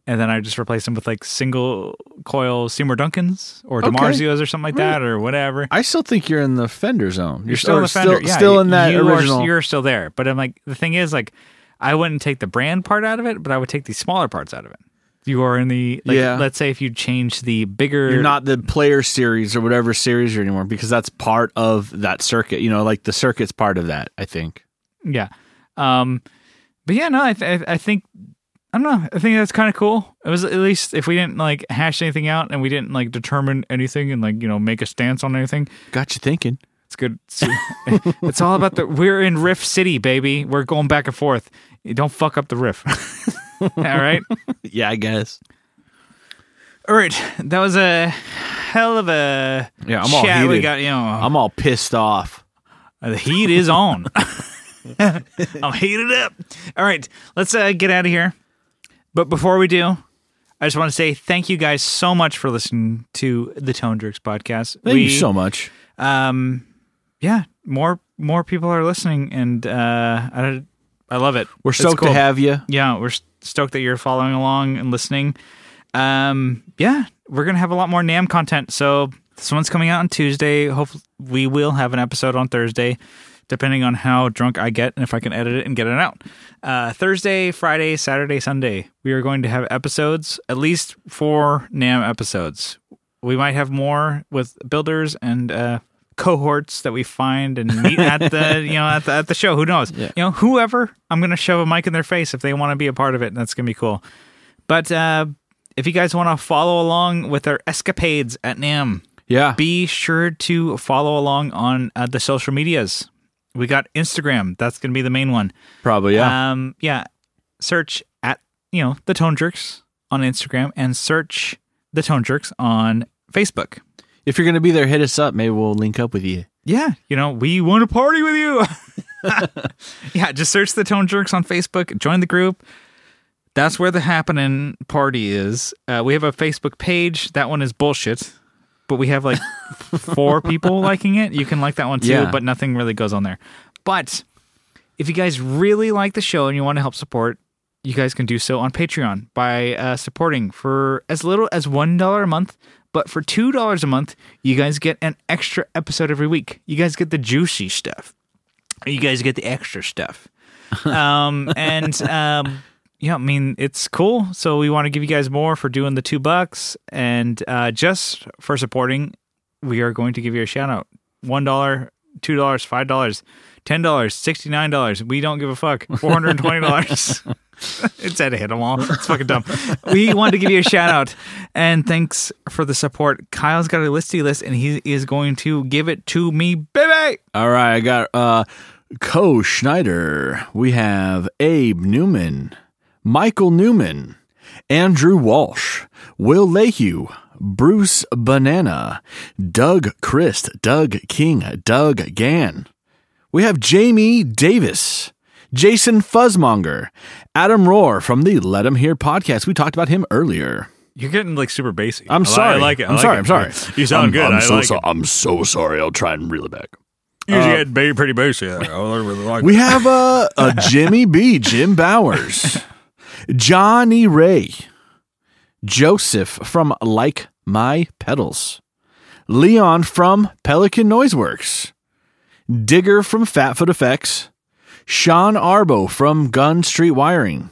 S1: and then i just replaced them with like single coil seymour duncans or
S2: Okay.
S1: demarzios or something like that or whatever
S2: I still think you're in the Fender zone. You're,
S1: you're still
S2: or
S1: in the fender
S2: Still,
S1: yeah,
S2: still
S1: you-
S2: in that
S1: you are-
S2: original.
S1: you're still there but i'm like the thing is like i wouldn't take the brand part out of it but i would take the smaller parts out of it you are in the like,
S2: Yeah.
S1: let's say if you change the bigger
S2: You're not the player series or whatever series you're anymore because that's part of that circuit. You know, like the circuit's part of that. I think.
S1: Yeah. Um, but yeah, no, I, th- I think, I don't know. I think that's kind of cool. It was at least if we didn't like hash anything out and we didn't like determine anything and like, you know, make a stance on anything.
S2: Got you thinking.
S1: It's good. It's, it's all about the, we're in Riff City, baby. We're going back and forth. You Don't fuck up the riff. all right.
S2: yeah, I guess.
S1: All right. That was a hell of a
S2: Yeah, I'm all
S1: chat we
S2: heated.
S1: got, you know,
S2: I'm all pissed off.
S1: Uh, The heat is on. I'm heated up. All right, let's uh, get out of here. But before we do, I just want to say thank you guys so much for listening to the Tone Jerks podcast.
S2: Thank
S1: we,
S2: you so much.
S1: Um, yeah, more more people are listening, and uh, I I love it.
S2: We're
S1: It's
S2: stoked
S1: cool.
S2: to have you.
S1: Yeah, we're st- stoked that you're following along and listening. Um, yeah, we're gonna have a lot more Nam content. So this one's coming out on Tuesday. Hopefully, we will have an episode on Thursday, depending on how drunk I get and if I can edit it and get it out. Uh, Thursday, Friday, Saturday, Sunday, we are going to have episodes. At least four Nam episodes. We might have more with builders and uh, cohorts that we find and meet at the you know at the, at the show. Who knows?
S2: Yeah.
S1: You know, whoever I'm going to shove a mic in their face if they want to be a part of it, and that's going to be cool. But uh, if you guys want to follow along with our escapades at Nam,
S2: Yeah.
S1: be sure to follow along on uh, the social medias. We got Instagram. That's going to be the main one.
S2: probably. Yeah.
S1: Um, yeah. Search at you know the Tone Jerks on Instagram and search the Tone Jerks on Facebook.
S2: if you're gonna be there, hit us up. Maybe we'll link up with you.
S1: Yeah, you know we want to party with you. yeah, just search the Tone Jerks on Facebook. Join the group. That's where the happening party is. Uh, we have a Facebook page. That one is bullshit, but we have like four people liking it. You can like that one too,
S2: Yeah.
S1: but nothing really goes on there. But if you guys really like the show and you want to help support, you guys can do so on Patreon by uh, supporting for as little as one dollar a month. But for two dollars a month, you guys get an extra episode every week. You guys get the juicy stuff. You guys get the extra stuff. Um, and um, yeah, I mean it's cool. So we want to give you guys more for doing the two bucks and uh, just for supporting. We are going to give you a shout out. One dollar, two dollars, five dollars, ten dollars, sixty nine dollars. We don't give a fuck. Four hundred and twenty dollars. it's had to hit them all. It's fucking dumb. We wanted to give you a shout out and thanks for the support. Kyle's got a listy list and he is going to give it to me, baby.
S2: All right, I got uh Co Schneider. We have Abe Newman, Michael Newman, Andrew Walsh, Will Lehue, Bruce Banana, Doug Christ, Doug King, Doug Gann. We have Jamie Davis, Jason Fuzzmonger, Adam Rohr from the Let 'em Hear podcast. We talked about him earlier.
S1: You're getting like super basic.
S2: I'm sorry. I'm sorry. I'm sorry. I'm, I'm so so-
S1: it.
S2: I'm so sorry. I'll try and reel it back.
S1: You usually get ba- pretty basic. I really like
S2: We have uh, a Jimmy B, Jim Bowers, Johnny Ray, Joseph from Like My Pedals, Leon from Pelican Noiseworks, Digger from Fatfoot Effects, Sean Arbo from Gun Street Wiring,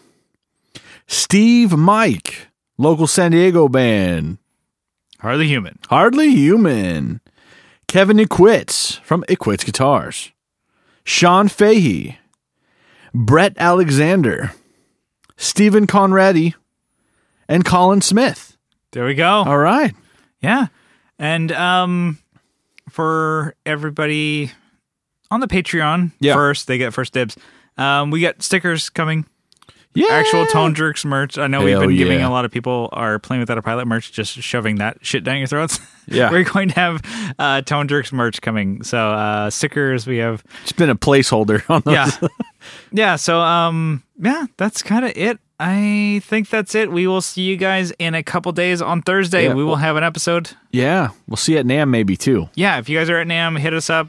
S2: Steve Mike, local San Diego band,
S1: Hardly human.
S2: Hardly Human. Kevin Iquitz from Iquitz Guitars. Sean Fahey. Brett Alexander. Stephen Conradi. And Colin Smith.
S1: There we go.
S2: All right.
S1: Yeah. And um for everybody on the Patreon
S2: Yeah.
S1: first, they get first dibs. Um we got stickers coming.
S2: Yeah.
S1: Actual Tone Jerks merch. I know we've
S2: Hell
S1: been giving
S2: yeah.
S1: a lot of people our Playing Without a Pilot merch, just shoving that shit down your throats.
S2: Yeah.
S1: We're going to have uh, Tone Jerks merch coming. So uh, stickers, we have
S2: It's been a placeholder on those.
S1: yeah yeah so um yeah that's kind of it i think that's it we will see you guys in a couple days on thursday
S2: Yeah.
S1: we will have an episode
S2: Yeah. We'll see you at NAM maybe too.
S1: yeah if you guys are at nam hit us up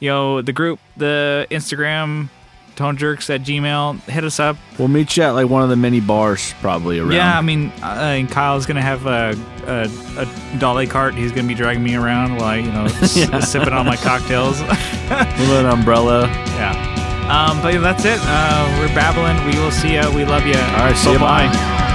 S1: you know the group the instagram tone jerks at gmail hit us up
S2: We'll meet you at like one of the many bars probably around.
S1: yeah i mean uh, and kyle's gonna have a, a, a dolly cart he's gonna be dragging me around while I, you know s- sipping on my cocktails
S2: With an umbrella.
S1: yeah um but that's it uh we're babbling we will see ya we love ya all
S2: right, see ya,
S1: bye
S2: bye.